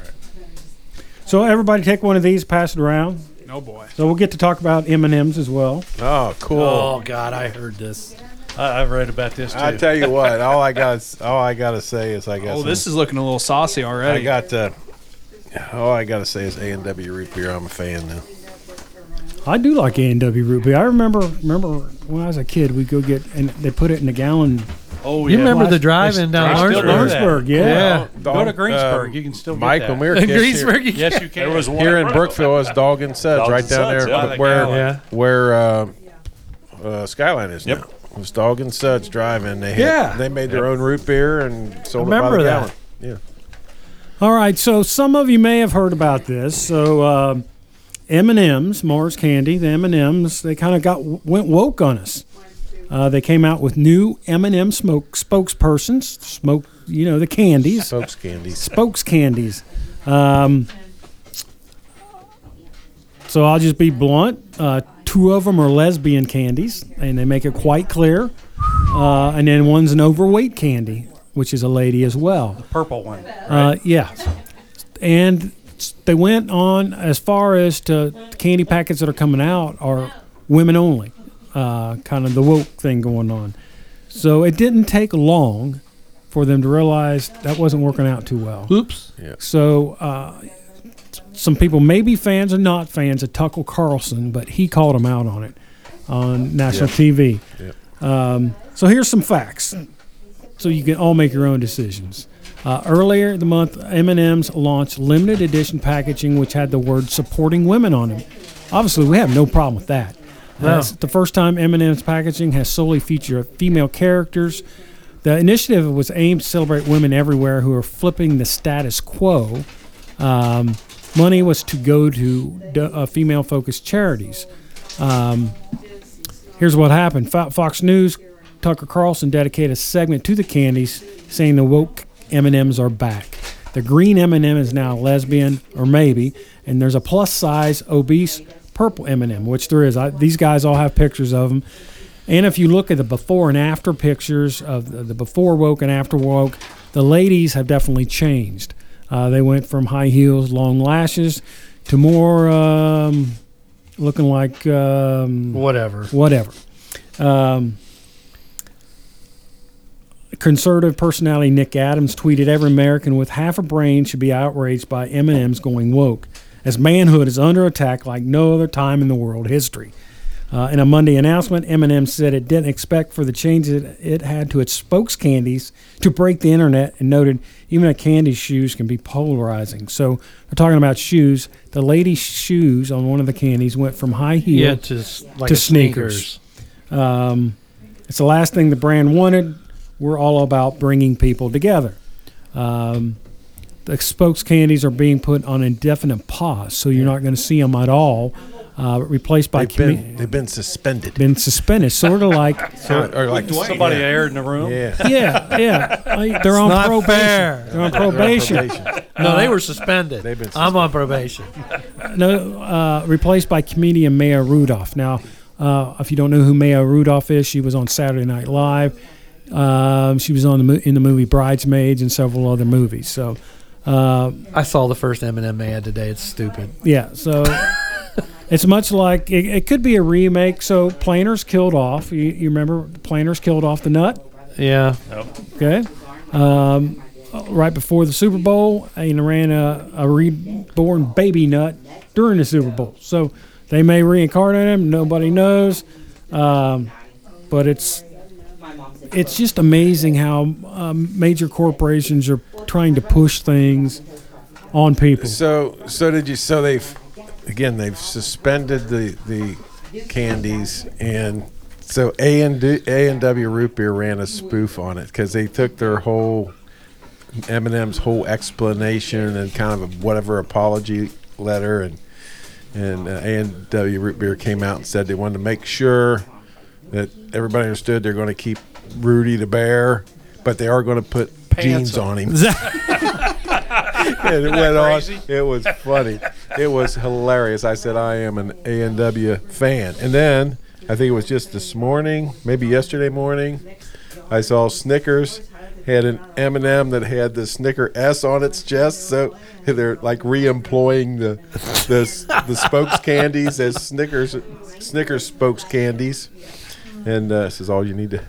Speaker 3: So everybody take one of these, pass it around.
Speaker 7: No boy.
Speaker 3: So we'll get to talk about M and M's as well.
Speaker 5: Oh, cool.
Speaker 8: Oh,
Speaker 4: God, I heard this.
Speaker 8: I, I've read about this too.
Speaker 5: I tell you what, all I got, all I got to say is I got.
Speaker 7: Oh,
Speaker 5: some-
Speaker 7: this is looking a little saucy already.
Speaker 5: I got. Uh, all I got to say is A and W root beer. I'm a fan now.
Speaker 3: I do like A and W root beer. I remember remember when I was a kid, we go get and they put it in a gallon.
Speaker 8: Oh,
Speaker 4: You yeah. remember the drive-in down Lawrenceburg?
Speaker 3: Lawrenceburg, yeah.
Speaker 4: Yeah.
Speaker 8: Go to Greensburg, you can still get
Speaker 5: um, Mike
Speaker 8: that.
Speaker 5: when we were
Speaker 8: In
Speaker 5: kids here-
Speaker 8: Greensburg, you Yes, can. you can.
Speaker 5: There was one here in Brookville as Dog and Suds,
Speaker 8: Dog
Speaker 5: right
Speaker 8: and
Speaker 5: down
Speaker 8: Suds,
Speaker 5: there
Speaker 8: yeah.
Speaker 5: where
Speaker 8: Yeah.
Speaker 5: where uh, uh, Skyline is now. It was Dog and Suds driving. They had,
Speaker 3: Yeah.
Speaker 5: they made their own root beer and sold
Speaker 3: Remember
Speaker 5: it by the
Speaker 3: that.
Speaker 5: gallon. Yeah.
Speaker 3: All right, so some of you may have heard about this. So um M and M's, Mars candy, the M and M's, they kind of got went woke on us. Uh, they came out with new M and M smoke spokespersons, smoke, you know, the candies,
Speaker 5: spokes candies,
Speaker 3: spokes candies. Um, so I'll just be blunt. Uh, two of them are lesbian candies, and they make it quite clear. Uh, and then one's an overweight candy, which is a lady as well.
Speaker 8: Purple one.
Speaker 3: Uh, yeah. And they went on as far as to candy packets that are coming out are women only, uh, kind of the woke thing going on. So it didn't take long for them to realize that wasn't working out too well.
Speaker 4: Oops.
Speaker 5: Yeah.
Speaker 3: So uh, some people may be fans or not fans of Tucker Carlson, but he called them out on it on national
Speaker 5: Yeah.
Speaker 3: TV.
Speaker 5: Yeah.
Speaker 3: Um, so here's some facts, so you can all make your own decisions. Uh, earlier in the month, M&M's launched limited edition packaging, which had the word "supporting women" on it. Obviously, we have no problem with that.
Speaker 4: No.
Speaker 3: That's the first time M&M's packaging has solely featured female characters. The initiative was aimed to celebrate women everywhere who are flipping the status quo. Um, money was to go to do- uh, female-focused charities. Um, Here's what happened. Fo- Fox News, Tucker Carlson dedicated a segment to the candies, saying the woke M&Ms are back. The green M&M is now lesbian, or maybe, and there's a plus size obese purple M&M, which there is. I, these guys all have pictures of them. And if you look at the before and after pictures of the, the before woke and after woke, the ladies have definitely changed. Uh, they went from high heels, long lashes, to more um, looking like um,
Speaker 4: Whatever.
Speaker 3: whatever. Um, conservative personality Nick Adams tweeted, "Every American with half a brain should be outraged by M&M's going woke, as manhood is under attack like no other time in the world history." Uh, in a Monday announcement, M&M said it didn't expect for the changes it, it had to its spokes candies to break the internet, and noted even a candy's shoes can be polarizing. So we're talking about shoes. The lady's shoes on one of the candies went from high heel
Speaker 4: Yeah, to s- like
Speaker 3: to
Speaker 4: a sneakers.
Speaker 3: sneakers. Um, it's the last thing the brand wanted. We're all about bringing people together. Um, the spokes candies are being put on indefinite pause, so you're not going to see them at all uh, replaced by
Speaker 5: They've been-
Speaker 3: commu-
Speaker 5: they've been suspended.
Speaker 3: Been suspended, sort of like
Speaker 5: or like
Speaker 8: Somebody
Speaker 5: yeah.
Speaker 8: aired in the room.
Speaker 5: Yeah.
Speaker 3: yeah, yeah. Like, they're
Speaker 4: It's
Speaker 3: on
Speaker 4: not
Speaker 3: probation.
Speaker 4: fair.
Speaker 3: They're on probation.
Speaker 4: no,
Speaker 3: Uh,
Speaker 4: they were suspended. I'm on probation.
Speaker 3: no, uh, replaced by comedian Maya Rudolph. Now, uh, if you don't know who Maya Rudolph is, she was on Saturday Night Live. Um, she was on the mo- in the movie Bridesmaids and several other movies. So, uh,
Speaker 4: I saw the first Eminem ad today. It's stupid.
Speaker 3: yeah, so it's much like it, it could be a remake. So, Planers killed off. You, you remember Planers killed off the nut?
Speaker 4: Yeah.
Speaker 3: Okay. Um, right before the Super Bowl, and ran a, a reborn baby nut during the Super Bowl. So they may reincarnate him. Nobody knows. Um, but it's it's just amazing how um, major corporations are trying to push things on people.
Speaker 5: So so did you? So they've again they've suspended the the candies and so A and D, A and W root beer ran a spoof on it because they took their whole Eminem's whole explanation and kind of a whatever apology letter and and uh, A and W root beer came out and said they wanted to make sure that everybody understood they're going to keep Rudy the bear, but they are going to put jeans on him. and it
Speaker 2: Isn't that
Speaker 5: went on.
Speaker 2: crazy?
Speaker 5: It was funny. It was hilarious. I said I am an A and W fan, and then I think it was just this morning, maybe yesterday morning, I saw Snickers had an M and M that had the Snicker S on its chest, so they're like re-employing the the the spokes candies as Snickers Snickers spokes candies, and uh, this is all you need to.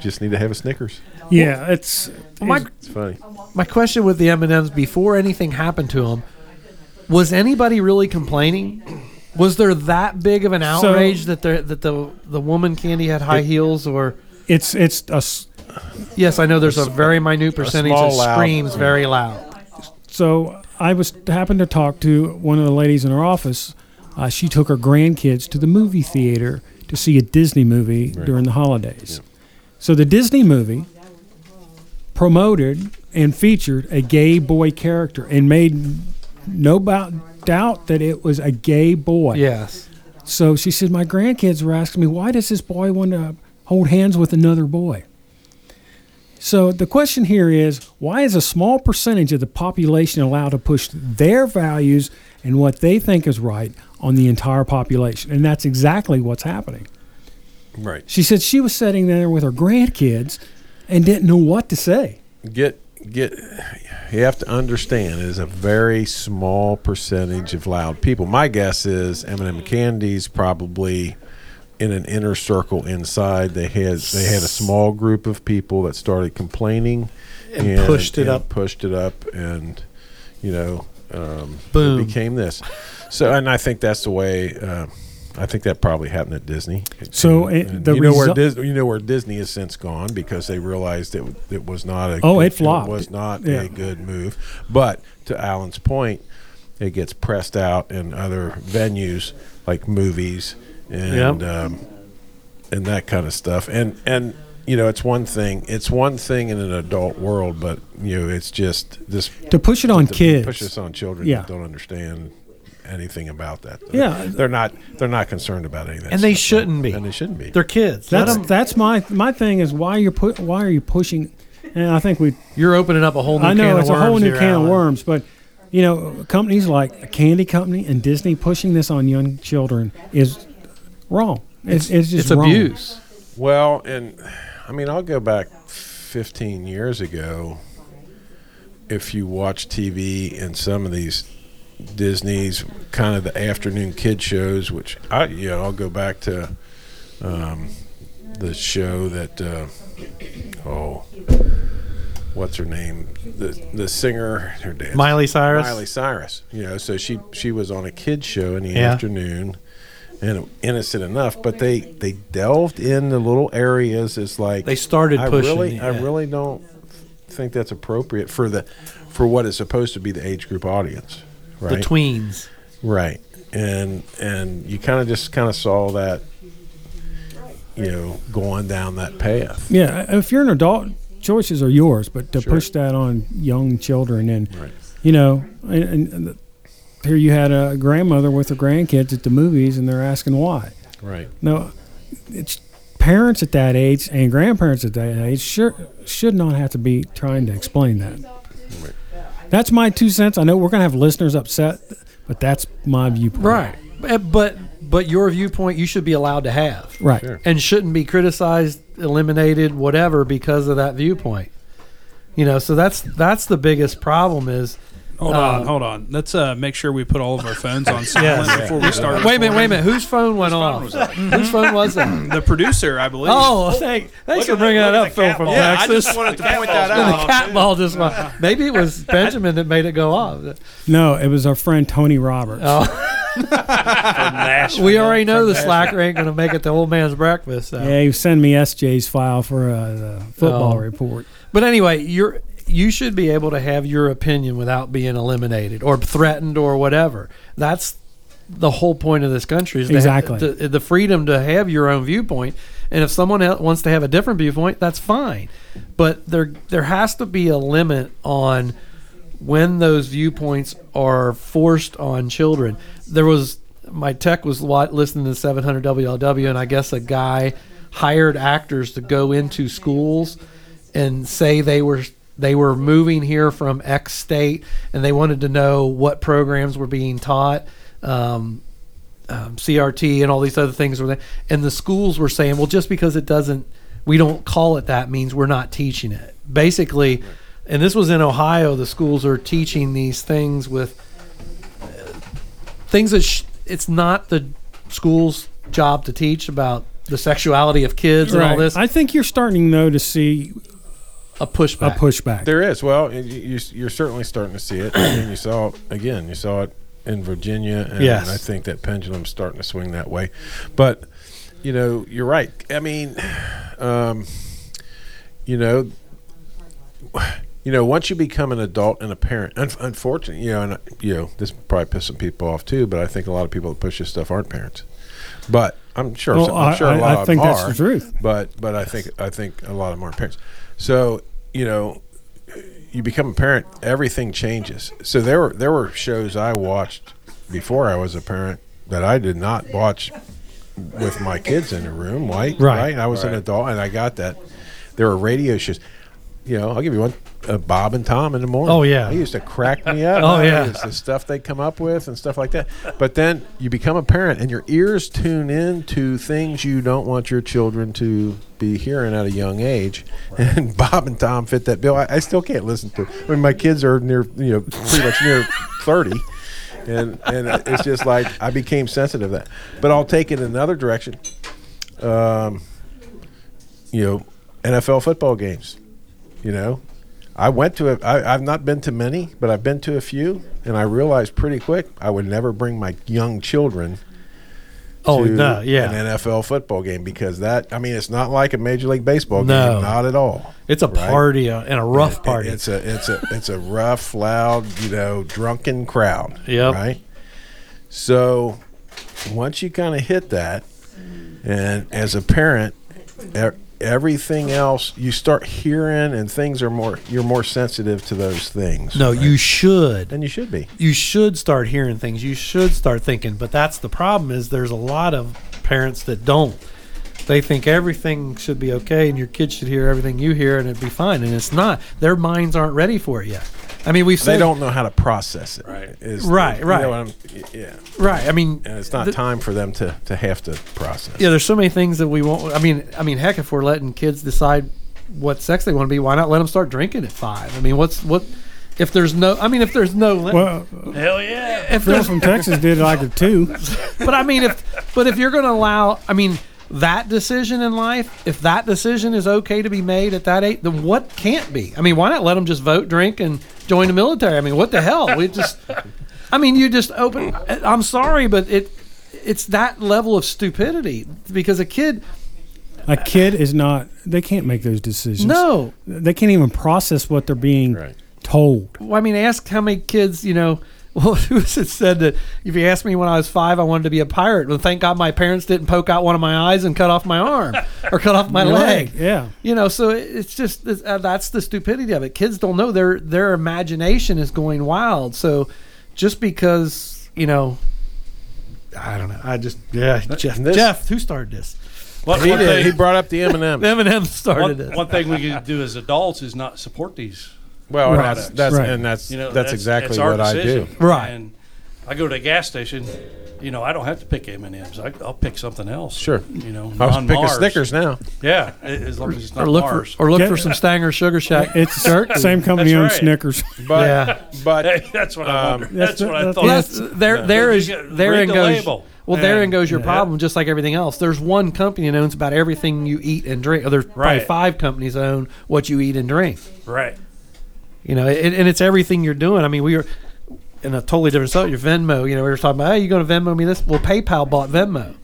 Speaker 5: Just need to have a Snickers.
Speaker 3: Yeah, it's
Speaker 4: my,
Speaker 5: It's funny.
Speaker 4: my question with the M&Ms before anything happened to them was anybody really complaining? Was there that big of an
Speaker 3: So-
Speaker 4: outrage that the that the the woman candy had high
Speaker 3: It-
Speaker 4: heels or
Speaker 3: It's it's a s-
Speaker 4: Yes, I know there's a
Speaker 3: a
Speaker 4: very minute percentage
Speaker 3: small
Speaker 4: that
Speaker 3: loud-
Speaker 4: screams very loud.
Speaker 3: So I was happened to talk to one of the ladies in her office. Uh, she took her grandkids to the movie theater to see a Disney movie during the holidays. So the Disney movie promoted and featured a gay boy character and made no bou- doubt that it was a gay boy.
Speaker 4: Yes.
Speaker 3: So she said, My grandkids were asking me, why does this boy want to hold hands with another boy? So the question here is why is a small percentage of the population allowed to push their values and what they think is right on the entire population? And that's exactly what's happening.
Speaker 5: Right.
Speaker 3: She said she was sitting there with her grandkids and didn't know what to say.
Speaker 5: get get you have to understand it is a very small percentage of loud people my guess is m&m candies probably in an inner circle inside they had they had a small group of people that started complaining
Speaker 4: And pushed it up.
Speaker 5: pushed it up and you know um,
Speaker 4: Boom.
Speaker 5: it became this so and i think that's the way uh, i think that probably happened at disney
Speaker 3: So,
Speaker 4: eh,
Speaker 5: And-
Speaker 3: uh,
Speaker 5: and
Speaker 3: the
Speaker 5: you know where
Speaker 3: result-
Speaker 5: disney, you know where disney has since gone because they realized it, it was not a
Speaker 3: Oh, it
Speaker 5: it
Speaker 3: flopped.
Speaker 5: was not
Speaker 3: Yeah.
Speaker 5: a good move. But to Alan's point, it gets pressed out in other venues like movies and um, and that kind of stuff. And and you know, it's one thing. It's one thing in an adult world, but you know, it's just this
Speaker 3: To push it on
Speaker 5: to
Speaker 3: kids.
Speaker 5: push this on children
Speaker 3: Yeah.
Speaker 5: that don't understand anything about that.
Speaker 3: Yeah.
Speaker 5: they're not they're not concerned about anything.
Speaker 4: And they shouldn't be. And
Speaker 5: they shouldn't be.
Speaker 4: They're kids. Let
Speaker 3: That's
Speaker 4: 'em-
Speaker 3: that's my my thing is why you're put why are you pushing? And I think we
Speaker 4: you're opening up a whole new
Speaker 3: I know
Speaker 4: can
Speaker 3: it's
Speaker 4: of
Speaker 3: a whole
Speaker 4: worms
Speaker 3: new
Speaker 4: here,
Speaker 3: can
Speaker 4: Alan.
Speaker 3: of worms, but you know companies like a candy company and Disney pushing this on young children is wrong. It's it's, just wrong.
Speaker 5: Well, and I mean, I'll go back 15 years ago. If you watch TV and some of these Disney's kind of the afternoon kid shows, which I you know, I'll go back to um, the show that uh, oh, what's her name? The the singer, her dance,
Speaker 4: Miley Cyrus?
Speaker 5: Miley Cyrus. You know, so she she was on a kid show in the
Speaker 4: Yeah.
Speaker 5: afternoon, and innocent enough, but they they delved in the little areas. It's like
Speaker 4: They started
Speaker 5: I
Speaker 4: pushing
Speaker 5: Really,
Speaker 4: it,
Speaker 5: I
Speaker 4: yeah.
Speaker 5: really don't think that's appropriate for the for what is supposed to be the age group audience,
Speaker 4: The
Speaker 5: right?
Speaker 4: tweens.
Speaker 5: right? And and you kind of just kind of saw that, you know, going down that path.
Speaker 3: Yeah, uh, if you're an adult, choices are yours, but to
Speaker 5: Sure.
Speaker 3: push that on young children and you know, and, and the- here you had a grandmother with her grandkids at the movies, and they're asking why.
Speaker 5: Right.
Speaker 3: No, it's parents at that age and grandparents at that age sure should not have to be trying to explain that. That's my two cents. I know we're gonna have listeners upset, but that's my viewpoint.
Speaker 4: Right. Eh, But but your viewpoint you should be allowed to have.
Speaker 3: Right. Sure.
Speaker 4: And shouldn't be criticized, eliminated, whatever because of that viewpoint. You know, so that's that's the biggest problem is
Speaker 7: Hold
Speaker 4: uh,
Speaker 7: on, hold on. Let's uh, make sure we put all of our phones on silent
Speaker 4: Yeah.
Speaker 7: before we start.
Speaker 4: Wait a minute, wait a
Speaker 7: recording.
Speaker 4: minute. Whose phone went off? Whose phone was that?
Speaker 7: The producer, I believe.
Speaker 4: Oh, thank, thanks for bringing that up, Phil from
Speaker 7: Yeah, I
Speaker 4: Texas.
Speaker 7: just wanted to point that out.
Speaker 4: The cat ball just went. Maybe it was Benjamin that made it go off.
Speaker 3: No, it was our friend Tony Roberts.
Speaker 4: we already know
Speaker 3: From
Speaker 4: the
Speaker 3: Nashville.
Speaker 4: slacker ain't going to make it to old man's breakfast. So.
Speaker 3: Yeah, he sent me SJ's file for uh, the football
Speaker 4: Oh.
Speaker 3: report.
Speaker 4: But anyway, you're you should be able to have your opinion without being eliminated or threatened or whatever. That's the whole point of this country is to have-
Speaker 3: Exactly.
Speaker 4: the, the freedom to have your own viewpoint. And if someone else wants to have a different viewpoint, that's fine. But there there has to be a limit on when those viewpoints are forced on children. There was my tech was wa- listening to 700 WLW, and I guess a guy hired actors to go into schools and say they were they were moving here from X state, and they wanted to know what programs were being taught. Um, um, CRT and all these other things were there, and the schools were saying, "Well, just because it doesn't, we don't call it that means we're not teaching it." Basically, and this was in Ohio. The schools are teaching these things with uh, things that sh- it's not the school's job to teach about the sexuality of kids and all
Speaker 3: Right.
Speaker 4: this.
Speaker 3: I think you're starting though to see
Speaker 4: a pushback.
Speaker 3: A pushback.
Speaker 5: There is. Well, y- y- you, you're certainly starting to see it. I mean, you saw again. You saw it in Virginia, and
Speaker 4: Yes.
Speaker 5: I think that pendulum's starting to swing that way. But you know, you're right. I mean, um, you know, you know, once you become an adult and a parent, un- unfortunately, you know, and you know, this probably piss some people off too. But I think a lot of people that push this stuff aren't parents. But I'm sure,
Speaker 3: Well,
Speaker 5: some- I'm
Speaker 3: I-
Speaker 5: sure
Speaker 3: I-
Speaker 5: a lot
Speaker 3: I
Speaker 5: of
Speaker 3: think
Speaker 5: them
Speaker 3: that's
Speaker 5: are,
Speaker 3: the truth.
Speaker 5: But but I think I think a lot of them are parents. So you know, you become a parent, everything changes. So there were there were shows I watched before I was a parent that I did not watch with my kids in the room. Right,
Speaker 4: Right.
Speaker 5: I was an
Speaker 4: Right.
Speaker 5: adult, and I got that. There were radio shows. You know, I'll give you one. Uh, Bob and Tom in the morning.
Speaker 4: Oh, yeah.
Speaker 5: he used to crack me up.
Speaker 4: Oh, yeah.
Speaker 5: It's the stuff they come up with and stuff like that. But then you become a parent, and your ears tune in to things you don't want your children to be hearing at a young age. And Bob and Tom fit that bill. I, I still can't listen to. it. I mean, my kids are near, you know, pretty much near thirty, and and it's just like I became sensitive to that. But I'll take it another direction. Um, you know, NFL football games. You know, I went to a, I, I've not been to many, but I've been to a few, and I realized pretty quick I would never bring my young children.
Speaker 4: Oh,
Speaker 5: to
Speaker 4: no, yeah.
Speaker 5: an NFL football game because that I mean it's not like a Major League Baseball
Speaker 4: No.
Speaker 5: game, not at all.
Speaker 4: It's a
Speaker 5: right?
Speaker 4: party uh, and a rough
Speaker 5: It-
Speaker 4: party.
Speaker 5: It's a it's a it's a rough, loud, you know, drunken crowd.
Speaker 4: Yep.
Speaker 5: Right. So once you kind of hit that, and as a parent, e- everything else you start hearing and things are more you're more sensitive to those things.
Speaker 4: No, you should.
Speaker 5: And you should be.
Speaker 4: You should start hearing things. You should start thinking. But that's the problem is there's a lot of parents that don't. They think everything should be okay and your kids should hear everything you hear and it'd be fine. And it's not. Their minds aren't ready for it yet. I mean, we've
Speaker 5: They
Speaker 4: said
Speaker 5: don't know how to process it. Right.
Speaker 4: Right, right.
Speaker 5: yeah.
Speaker 4: Right, I mean,
Speaker 5: and it's not
Speaker 4: the-
Speaker 5: time for them to to have to process.
Speaker 4: Yeah, there's so many things that we won't. I mean, I mean, heck, if we're letting kids decide what sex they want to be, why not let them start drinking at five? I mean, what's what? If there's no, I mean, if there's no, lim-
Speaker 3: Well,
Speaker 4: hell yeah. If
Speaker 3: Phil
Speaker 4: there's
Speaker 3: from Texas did like it too.
Speaker 4: but I mean, if but if you're going to allow, I mean, that decision in life, if that decision is okay to be made at that age, then what can't be? I mean, why not let them just vote, drink, and join the military? I mean, what the hell? We just, I mean, you just open. I'm sorry, but it, it's that level of stupidity because a kid.
Speaker 3: A kid is not. They can't make those decisions.
Speaker 4: No.
Speaker 3: they can't even process what they're being told.
Speaker 4: Well, I mean, ask how many kids, you know. Well, who was it said that if you asked me when I was five, I wanted to be a pirate? Well, thank God my parents didn't poke out one of my eyes and cut off my arm or cut off my
Speaker 3: You're
Speaker 4: leg.
Speaker 3: right, yeah.
Speaker 4: you know. So it- it's just it's, uh, that's the stupidity of it. Kids don't know their their imagination is going wild. So just because you know, I don't know. I just yeah, Jeff.
Speaker 5: this-
Speaker 4: Jeff, who started this?
Speaker 5: He did. He brought up the M&Ms.
Speaker 4: M and M started
Speaker 8: one,
Speaker 4: it.
Speaker 8: One thing we can do as adults is not support these.
Speaker 5: Well, and
Speaker 8: products.
Speaker 5: that's- that's- Right. and that's- that's exactly
Speaker 8: our
Speaker 5: what I do.
Speaker 8: decision.
Speaker 5: Right.
Speaker 8: And I go to a gas station. You know, I don't have to pick M and M's. I'll pick something else.
Speaker 5: Sure.
Speaker 8: You know,
Speaker 5: I was
Speaker 8: non
Speaker 5: picking
Speaker 8: Mars.
Speaker 5: Snickers now.
Speaker 8: Yeah, a- as long as it's not
Speaker 4: or look
Speaker 8: Mars.
Speaker 4: for or look for some Stanger Sugar Shack.
Speaker 3: It's the same company
Speaker 8: That's
Speaker 3: owns
Speaker 8: right.
Speaker 3: Snickers.
Speaker 5: But
Speaker 4: Yeah.
Speaker 5: but
Speaker 8: that's what
Speaker 5: Um,
Speaker 8: I wondered.
Speaker 3: that's
Speaker 8: That's, what I
Speaker 3: that's-
Speaker 8: thought.
Speaker 4: Well, that's, there, there is therein
Speaker 8: Read the
Speaker 4: goes
Speaker 8: label.
Speaker 4: well, therein
Speaker 8: And-
Speaker 4: goes your
Speaker 8: Yeah.
Speaker 4: problem. Just like everything else, there's one company that owns about everything you eat and drink. Or there's probably
Speaker 8: Right.
Speaker 4: five companies that own what you eat and drink.
Speaker 8: Right.
Speaker 4: You know, it, and it's everything you're doing. I mean, we were in a totally different subject. Your Venmo, you know, we were talking about, hey, you going to Venmo me this? Well, PayPal bought Venmo,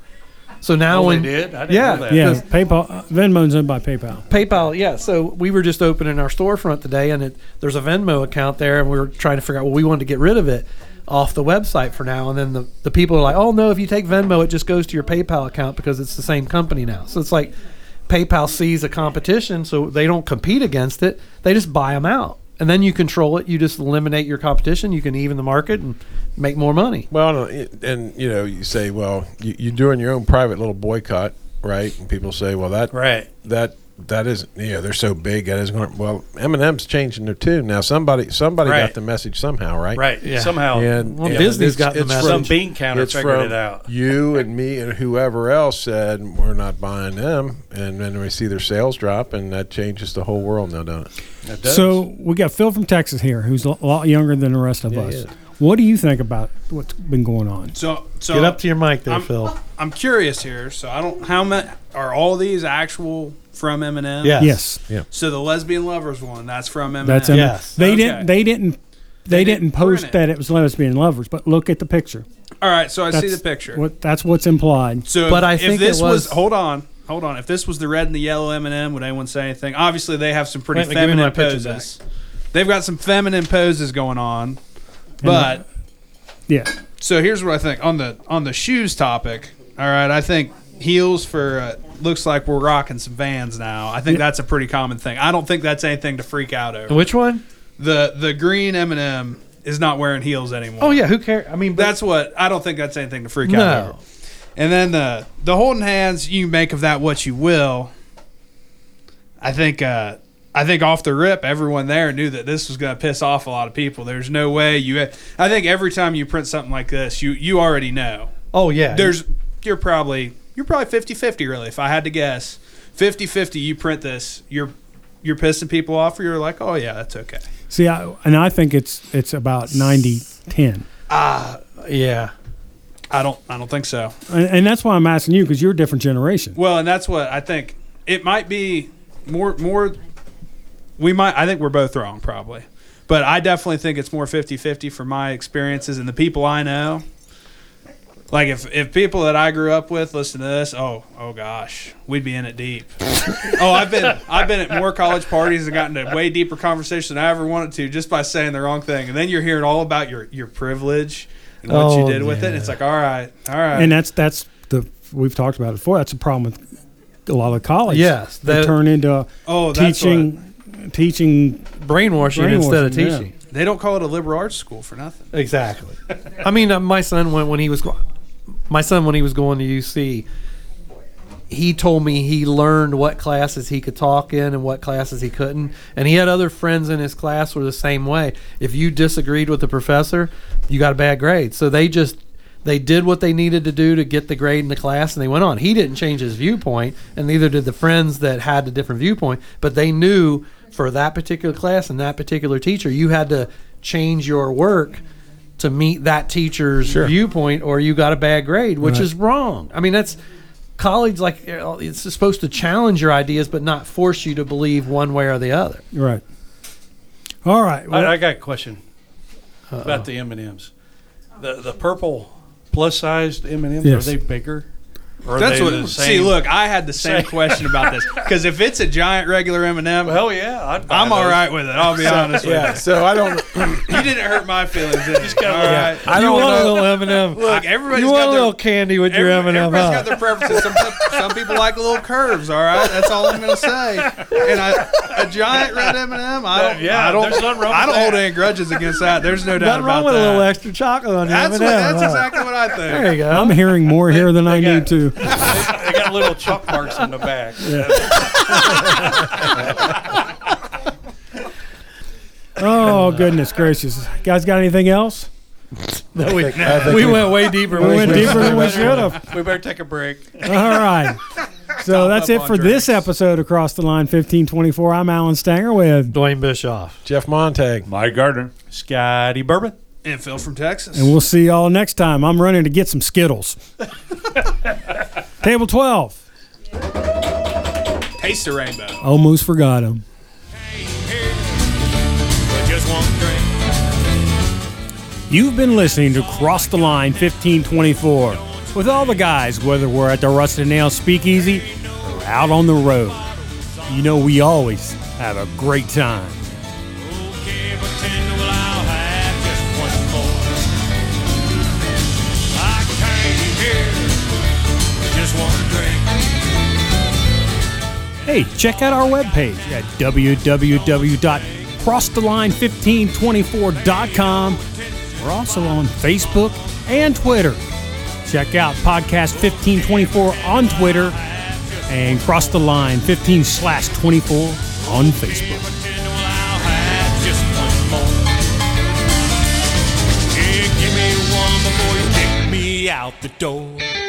Speaker 4: so
Speaker 8: Oh,
Speaker 4: now
Speaker 8: they
Speaker 4: when
Speaker 8: did? I didn't
Speaker 4: yeah,
Speaker 8: know that.
Speaker 3: yeah,
Speaker 4: 'cause
Speaker 3: PayPal. Venmo's owned by PayPal.
Speaker 4: PayPal, yeah. So we were just opening our storefront today, and it, there's a Venmo account there, and we were trying to figure out well, we wanted to get rid of it off the website for now. And then the, the people are like, oh no, if you take Venmo, it just goes to your PayPal account because it's the same company now. So it's like PayPal sees a competition, so they don't compete against it; they just buy them out, and then you control it. You just eliminate your competition. You can even the market and make more money.
Speaker 5: Well, no, it- and you know, you say, well, you, you're doing your own private little boycott, right? And people say, well, that
Speaker 8: Right.
Speaker 5: that that isn't. Yeah, they're so big that isn't going. Well, Eminem's changing their tune now. Somebody somebody
Speaker 8: Right.
Speaker 5: got the message somehow, right?
Speaker 8: Right, yeah. Somehow.
Speaker 5: And,
Speaker 8: Well,
Speaker 5: and
Speaker 8: Disney's
Speaker 5: it's-
Speaker 8: got the
Speaker 5: it's
Speaker 8: message. Some bean counter
Speaker 5: it's
Speaker 8: figured
Speaker 5: from
Speaker 8: it out.
Speaker 5: You and me and whoever else said we're not buying them, and then we see their sales drop, and that changes the whole world now, don't it?
Speaker 8: That
Speaker 3: So we got Phil from Texas here, who's a lot younger than the rest of us.
Speaker 4: yeah.
Speaker 3: What do you think about what's been going on?
Speaker 7: So, so
Speaker 4: Get up to your mic there,
Speaker 7: I'm,
Speaker 4: Phil.
Speaker 7: I'm curious here. So I don't. How many are all these actual from Eminem?
Speaker 4: Yes.
Speaker 3: Yes.
Speaker 5: Yeah.
Speaker 7: So the lesbian lovers one that's from Eminem.
Speaker 3: That's
Speaker 7: Eminem.
Speaker 3: yes. They
Speaker 7: Okay.
Speaker 3: didn't. They didn't. They, didn't,
Speaker 7: didn't print
Speaker 3: post
Speaker 7: it.
Speaker 3: that it was lesbian lovers, but look at the picture.
Speaker 7: All right. So I see
Speaker 3: That's
Speaker 7: the picture.
Speaker 3: What, that's what's implied.
Speaker 7: So,
Speaker 4: But
Speaker 7: if,
Speaker 4: I
Speaker 7: if
Speaker 4: think it
Speaker 7: this
Speaker 4: was-
Speaker 7: hold on, hold on. If this was the red and the yellow M and M, would anyone say anything? Obviously, they have some pretty
Speaker 8: Wait, give me my
Speaker 7: feminine
Speaker 8: picture
Speaker 7: poses. They've got some feminine poses going on, but
Speaker 3: yeah,
Speaker 7: so here's what I think on the on the shoes topic. All right, I think heels for uh, looks like we're rocking some Vans now. I think that's a pretty common thing. I don't think that's anything to freak out over.
Speaker 4: Which one?
Speaker 7: The the green M and M is not wearing heels anymore.
Speaker 4: Oh yeah, who cares? I mean, but-
Speaker 7: That's what I don't think that's anything to freak
Speaker 4: No.
Speaker 7: out over. And then the the holding hands, you make of that what you will. I think uh, I think off the rip, everyone there knew that this was going to piss off a lot of people. There's no way you. I think every time you print something like this, you you already know.
Speaker 4: oh yeah.
Speaker 7: There's you're probably you're probably 50-50 really. If I had to guess, 50-50 You print this, you're you're pissing people off, or you're like, oh yeah, that's okay.
Speaker 3: See, I, and I think it's it's about 90 10.
Speaker 4: yeah.
Speaker 7: I don't I don't think so.
Speaker 3: And, and that's why I'm asking you because you're a different generation.
Speaker 7: Well, and that's what I think. It might be more more. We might. I think we're both wrong, probably. But I definitely think it's more 50-50 from my experiences and the people I know. Like if, if people that I grew up with listen to this, oh oh gosh, we'd be in it deep. oh, I've been I've been at more college parties and gotten to way deeper conversation than I ever wanted to just by saying the wrong thing, and then you're hearing all about your your privilege and what
Speaker 4: Oh,
Speaker 7: you did with it.
Speaker 4: yeah.
Speaker 7: It's like all right, all right.
Speaker 3: and that's that's the we've talked about it before. That's the problem with a lot of college.
Speaker 4: Yes,
Speaker 3: they
Speaker 4: that-
Speaker 3: turn into
Speaker 7: oh, that's what-
Speaker 3: teaching teaching
Speaker 4: Brainwashing, instead of
Speaker 3: Brainwashing, yeah.
Speaker 4: teaching.
Speaker 7: They don't call it a liberal arts school for nothing.
Speaker 4: Exactly. I mean, uh, my son when, when he was go- my son when he was going to UC, he told me he learned what classes he could talk in and what classes he couldn't, and he had other friends in his class were the same way. If you disagreed with the professor, you got a bad grade. So they just they did what they needed to do to get the grade in the class and they went on. He didn't change his viewpoint and neither did the friends that had a different viewpoint, but they knew for that particular class and that particular teacher, you had to change your work to meet that teacher's viewpoint or you got a bad grade, which is wrong. I mean, that's college like it's supposed to challenge your ideas but not force you to believe one way or the other.
Speaker 3: right. All right. Well,
Speaker 8: I, I got a question about the M and M's. The the purple plus sized M and M's are
Speaker 3: Yes.
Speaker 8: they bigger? Or are
Speaker 7: That's
Speaker 8: they
Speaker 7: what.
Speaker 8: the
Speaker 7: See,
Speaker 8: same-
Speaker 7: look, I had the same
Speaker 8: same-
Speaker 7: question about this because if it's a giant regular M and M,
Speaker 8: well, yeah, I'd buy
Speaker 7: am all
Speaker 8: those.
Speaker 7: right with it. I'll be honest with
Speaker 5: yeah,
Speaker 7: you.
Speaker 5: so I don't.
Speaker 7: You didn't hurt my feelings. Did you? All
Speaker 8: Yeah.
Speaker 7: right.
Speaker 5: I
Speaker 8: you
Speaker 5: don't
Speaker 8: want
Speaker 5: know.
Speaker 8: a little M&M.
Speaker 7: Look, everybody's
Speaker 8: you want
Speaker 7: got
Speaker 8: a
Speaker 7: their-
Speaker 8: little candy with your M&M,
Speaker 7: Every- everybody's
Speaker 8: huh?
Speaker 7: got their preferences. Some, pe- some people like little curves. All right, that's all I'm going to say. And I, a giant red M and m I don't.
Speaker 8: Yeah,
Speaker 7: I don't.
Speaker 8: there's nothing wrong
Speaker 7: I
Speaker 8: with
Speaker 7: don't
Speaker 8: that.
Speaker 7: hold any grudges against that. There's no doubt
Speaker 8: Nothing wrong
Speaker 7: about
Speaker 8: with a
Speaker 7: that.
Speaker 8: little extra chocolate on your
Speaker 7: that's
Speaker 8: M&M.
Speaker 7: what, that's
Speaker 8: huh?
Speaker 7: exactly what I think.
Speaker 8: There you go.
Speaker 3: I'm hearing more here than I need to.
Speaker 8: they got little chalk marks on the back.
Speaker 3: Oh goodness gracious! Guys, got anything else?
Speaker 8: No, we,
Speaker 5: I think
Speaker 8: we went way deeper.
Speaker 3: We went
Speaker 8: should've.
Speaker 3: deeper than we should have.
Speaker 8: We better take a break.
Speaker 3: All right. So that's
Speaker 7: up
Speaker 3: it
Speaker 7: on
Speaker 3: for this episode of Cross the Line 1524. I'm Alan Stanger with,
Speaker 8: Dwayne Bischoff,
Speaker 5: Jeff Montag.
Speaker 6: My gardener.
Speaker 8: Scotty Bourbon.
Speaker 7: And Phil from Texas.
Speaker 3: and we'll see y'all next time. I'm running to get some Skittles. Table 12.
Speaker 7: taste the rainbow.
Speaker 3: Almost forgot him.
Speaker 2: Just one drink.
Speaker 3: You've been listening to Cross the Line 1524 with all the guys, whether we're at the Rusted Nail Speakeasy or out on the road. You know, we always have a great time.
Speaker 2: Okay, bartender, well, I'll have just one more. I came here with just one drink.
Speaker 3: Hey, check out our webpage at www.crosstheline1524.com. We're also on Facebook and Twitter. Check out Podcast 1524 on Twitter and Cross the Line 15 slash 24 on Facebook.
Speaker 2: Bartender, well, I'll have just one more. Yeah, give me one before you kick me out the door.